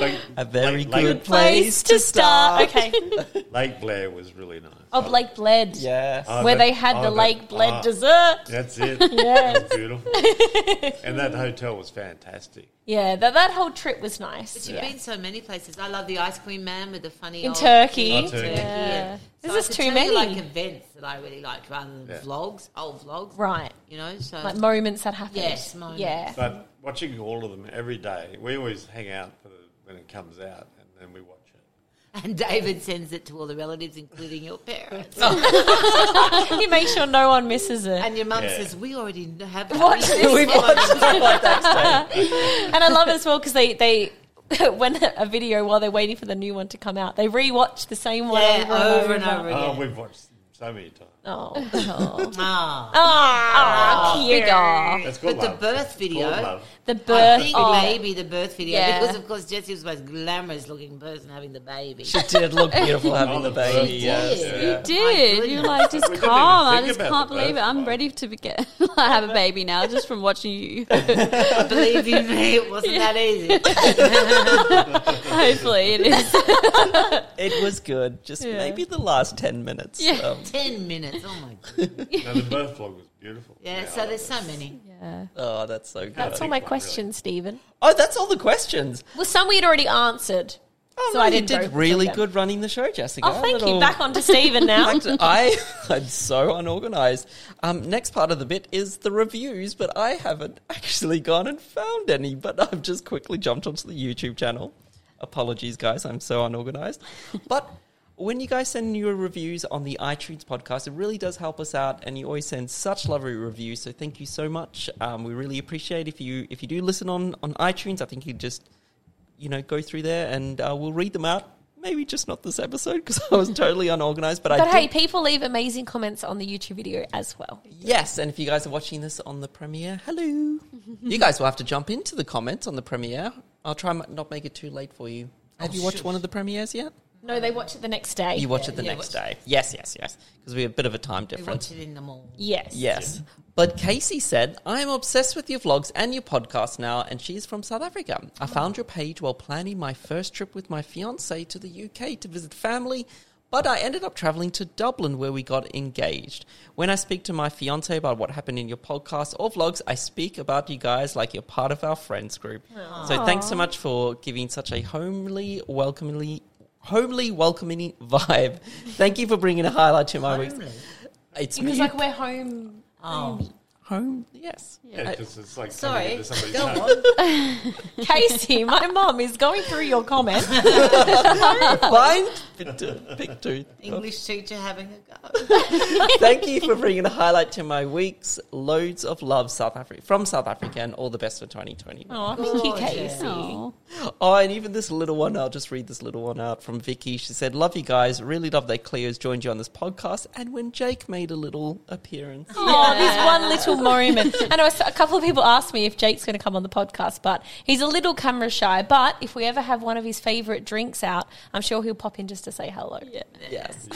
Speaker 6: late,
Speaker 2: A very
Speaker 6: late,
Speaker 2: good
Speaker 6: Late,
Speaker 2: place to start.
Speaker 3: Okay.
Speaker 6: lake Blair was really nice.
Speaker 3: Oh, Blake Bled.
Speaker 2: Yes.
Speaker 6: Oh,
Speaker 3: Where
Speaker 6: that-
Speaker 3: they had
Speaker 6: oh,
Speaker 3: the
Speaker 6: that-
Speaker 3: Lake Bled
Speaker 6: ah,
Speaker 3: dessert.
Speaker 6: That's it. yeah, it was beautiful. and that hotel was fantastic.
Speaker 3: Yeah, that, that whole trip was
Speaker 4: But
Speaker 3: nice.
Speaker 4: you've been so many places. I love the ice cream man with the funny
Speaker 3: In
Speaker 4: old
Speaker 3: Turkey.
Speaker 6: Oh, Turkey.
Speaker 4: Yeah.
Speaker 3: This
Speaker 4: I
Speaker 3: is
Speaker 4: could
Speaker 3: too
Speaker 4: tell you,
Speaker 3: many.
Speaker 4: like events that I really liked rather than
Speaker 6: Yeah.
Speaker 4: vlogs, old vlogs.
Speaker 3: Right.
Speaker 4: You know, so
Speaker 3: Like moments that happened.
Speaker 4: Yes, moments.
Speaker 3: Yeah.
Speaker 6: But watching all of them every day, we always hang out for the, when it comes out and then we watch it.
Speaker 4: and David sends it to all the relatives, including your parents.
Speaker 3: you make sure no one misses it.
Speaker 4: And your mum
Speaker 6: Yeah.
Speaker 4: says, "We already kn- have
Speaker 3: Watch this
Speaker 4: We
Speaker 3: one."
Speaker 4: watched it."
Speaker 3: And I love it as well because they they when a video while they're waiting for the new one to come out, they rewatch the same one
Speaker 4: Yeah,
Speaker 3: over, and over
Speaker 4: over and over again.
Speaker 6: Oh, we've watched them so many times.
Speaker 3: Oh,
Speaker 4: Ah.
Speaker 3: oh, cute.
Speaker 6: That's
Speaker 4: But
Speaker 6: called
Speaker 4: the
Speaker 6: love.
Speaker 4: birth video,
Speaker 6: Called love.
Speaker 3: The
Speaker 4: I
Speaker 3: birth.
Speaker 4: think
Speaker 3: oh,
Speaker 4: maybe the birth video
Speaker 3: Yeah.
Speaker 4: because of course Jessie was the most glamorous looking person having the baby.
Speaker 2: She did look beautiful having
Speaker 6: Oh,
Speaker 2: the
Speaker 6: the bird.
Speaker 2: baby. Yes.
Speaker 4: did.
Speaker 6: Yeah.
Speaker 5: Did you're like just
Speaker 6: We didn't even
Speaker 5: calm? I
Speaker 6: think
Speaker 5: just
Speaker 6: about
Speaker 5: can't
Speaker 6: the
Speaker 5: believe it.
Speaker 6: birth
Speaker 5: I'm
Speaker 6: part.
Speaker 5: ready to be get I have a baby now just from watching you.
Speaker 4: Believe you me, it wasn't that easy.
Speaker 5: Hopefully it is.
Speaker 2: It was good. Just
Speaker 5: Yeah.
Speaker 2: maybe the last 10 minutes.
Speaker 5: Yeah.
Speaker 2: Um,
Speaker 4: Ten minutes. Oh my god.
Speaker 6: No, the birth vlog was beautiful.
Speaker 4: Yeah.
Speaker 6: I
Speaker 4: So
Speaker 6: love
Speaker 4: there's
Speaker 6: it.
Speaker 4: so many.
Speaker 5: Yeah.
Speaker 2: oh, that's so good.
Speaker 3: That's all my questions, Stephen.
Speaker 2: oh, that's all the questions.
Speaker 3: Well, some we had already answered.
Speaker 2: Oh,
Speaker 3: So
Speaker 2: no,
Speaker 3: I
Speaker 2: you
Speaker 3: didn't vote
Speaker 2: did
Speaker 3: for
Speaker 2: really
Speaker 3: them.
Speaker 2: good running the show, Jessica.
Speaker 3: Oh, thank you.
Speaker 2: Little-
Speaker 3: Back onto Stephen now.
Speaker 2: Back to- I, I'm so unorganized. Um, next part of the bit is the reviews, but I haven't actually gone and found any, but I've just quickly jumped onto the YouTube channel. Apologies, guys, I'm so unorganized. But when you guys send your reviews on the iTunes podcast, it really does help us out, and you always send such lovely reviews. So thank you so much. Um, we really appreciate if you if you do listen on on iTunes. I think you just you know go through there, and uh, we'll read them out. Maybe just not this episode because I was totally unorganized. But,
Speaker 3: But
Speaker 2: I
Speaker 3: hey,
Speaker 2: did-
Speaker 3: people leave amazing comments on the YouTube video as well.
Speaker 2: Yes, and if you guys are watching this on the premiere, hello. you guys will have to jump into the comments on the premiere. I'll try and not make it too late for you. Have you watched one of the premieres yet?
Speaker 3: No, they watch it the next day.
Speaker 2: You watch it the next day. Yes, yes, yes. Because we have a bit of a time
Speaker 4: We
Speaker 2: difference.
Speaker 4: watched it in the mall.
Speaker 3: Yes.
Speaker 2: Yes. But Casey said, I'm obsessed with your vlogs and your podcast now, and she's from South Africa.
Speaker 3: Oh.
Speaker 2: I found your page while planning my first trip with my fiance to the UK to visit family, but I ended up traveling to Dublin where we got engaged. When I speak to my fiance about what happened in your podcast or vlogs, I speak about you guys like you're part of our friends group. So thanks so much for giving such a homely, welcomingly, homely, welcoming vibe. Thank you for bringing a highlight to my weeks.
Speaker 4: Homely?
Speaker 2: It's
Speaker 3: Because
Speaker 2: me.
Speaker 3: like we're home.
Speaker 4: Oh,
Speaker 2: Home, yes.
Speaker 6: Yeah, because it's like coming
Speaker 4: sorry.
Speaker 6: into somebody's
Speaker 4: Go
Speaker 6: house.
Speaker 4: on.
Speaker 3: Casey, my mum is going through your comments.
Speaker 2: Find Big Tooth- Big Tooth.
Speaker 4: English teacher having a go.
Speaker 2: Thank you for bringing a highlight to my weeks. Loads of love, South Africa from South Africa, and all the best for 2020.
Speaker 3: Oh, thank you,
Speaker 4: Gorgeous.
Speaker 3: Casey.
Speaker 5: Oh.
Speaker 2: Oh, and even this little one, I'll just read this little one out from Vicky. She said, "Love you guys. Really love that Cleo's joined you on this podcast, and when Jake made a little appearance."
Speaker 3: Oh, this one little moment. And I was, a couple of people asked me if Jake's going to come on the podcast, but he's a little camera shy. But if we ever have one of his favourite drinks out, I'm sure he'll pop in just to say hello. Yeah.
Speaker 2: Yes.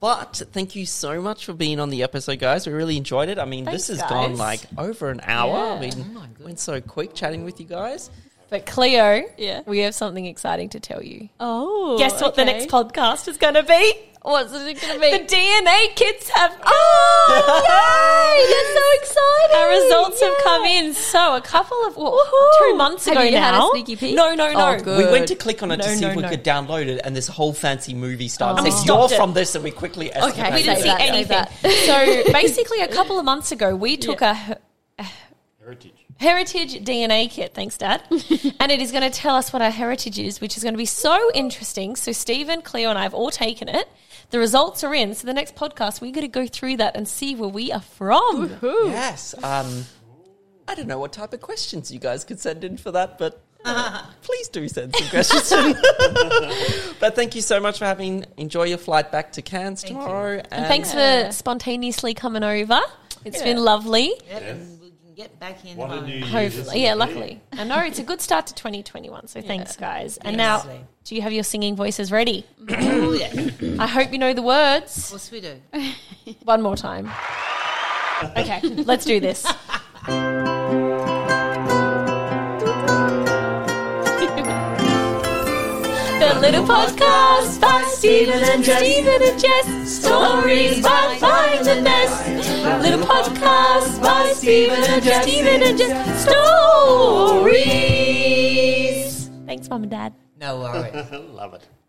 Speaker 2: but thank you so much for being on the episode, guys. We really enjoyed it. I mean,
Speaker 3: Thanks,
Speaker 2: this has gone
Speaker 3: guys.
Speaker 2: like over an hour.
Speaker 5: Yeah.
Speaker 4: Oh,
Speaker 2: We went so quick chatting with you guys.
Speaker 3: But Cleo,
Speaker 5: Yeah.
Speaker 3: we have something exciting to tell you.
Speaker 5: Oh.
Speaker 3: Guess what the
Speaker 5: okay.
Speaker 3: next podcast is going to be?
Speaker 5: What's it going to
Speaker 3: The
Speaker 5: be?
Speaker 3: DNA kids have. Oh,
Speaker 5: That's so exciting.
Speaker 3: Our results have
Speaker 5: Yeah.
Speaker 3: come in. So a couple of well,
Speaker 5: Woohoo.
Speaker 3: two months
Speaker 5: Have
Speaker 3: ago
Speaker 5: you had a
Speaker 3: now.
Speaker 5: sneaky peek?
Speaker 3: No, no, no.
Speaker 5: Oh, good.
Speaker 2: We went to click on it
Speaker 3: No,
Speaker 2: to see
Speaker 3: no,
Speaker 2: if we
Speaker 3: no.
Speaker 2: could download it, and this whole fancy movie started.
Speaker 5: Oh.
Speaker 2: It
Speaker 5: We
Speaker 2: says,
Speaker 3: stopped
Speaker 2: You're
Speaker 3: it.
Speaker 2: from this, and we quickly
Speaker 3: Okay,
Speaker 2: escaped.
Speaker 3: we didn't
Speaker 5: Save
Speaker 3: see
Speaker 5: that, save
Speaker 3: anything. So basically, a couple of months ago, we took
Speaker 5: Yeah.
Speaker 3: a her-
Speaker 6: Heritage.
Speaker 3: heritage DNA kit. Thanks, Dad. and it is going to tell us what our heritage is, which is going to be so interesting. So Stephen, Cleo, and I have all taken it. The results are in. So the next podcast, we're going to go through that and see where we are from.
Speaker 2: Yes. Um, I don't know what type of questions you guys could send in for that, but Please do send some questions. in. but thank you so much for having. Enjoy your flight back to Cairns
Speaker 4: Thank you.
Speaker 2: tomorrow.
Speaker 3: And thanks
Speaker 5: Yeah.
Speaker 3: for spontaneously coming over. It's
Speaker 2: Yeah.
Speaker 3: been lovely.
Speaker 4: Yep,
Speaker 6: Yes.
Speaker 4: and we can get back in.
Speaker 6: What a
Speaker 4: home.
Speaker 6: new year this will
Speaker 3: Hopefully, yeah,
Speaker 6: be.
Speaker 3: luckily. I know it's a good start to 2021. So thanks, guys. And now,
Speaker 4: Yes.
Speaker 3: do you have your singing voices ready?
Speaker 4: Oh, yeah. Of
Speaker 5: Mm.
Speaker 3: I hope you know the words.
Speaker 4: course we do.
Speaker 3: One more time. Okay, let's do this. the little podcast by Stephen and Jess. Stephen and Jess. Stories by Fire and Ness. Little podcast by Stephen and Jess. Stephen and Jess. Stories. Thanks, Mum and Dad.
Speaker 4: No worries.
Speaker 6: Love it.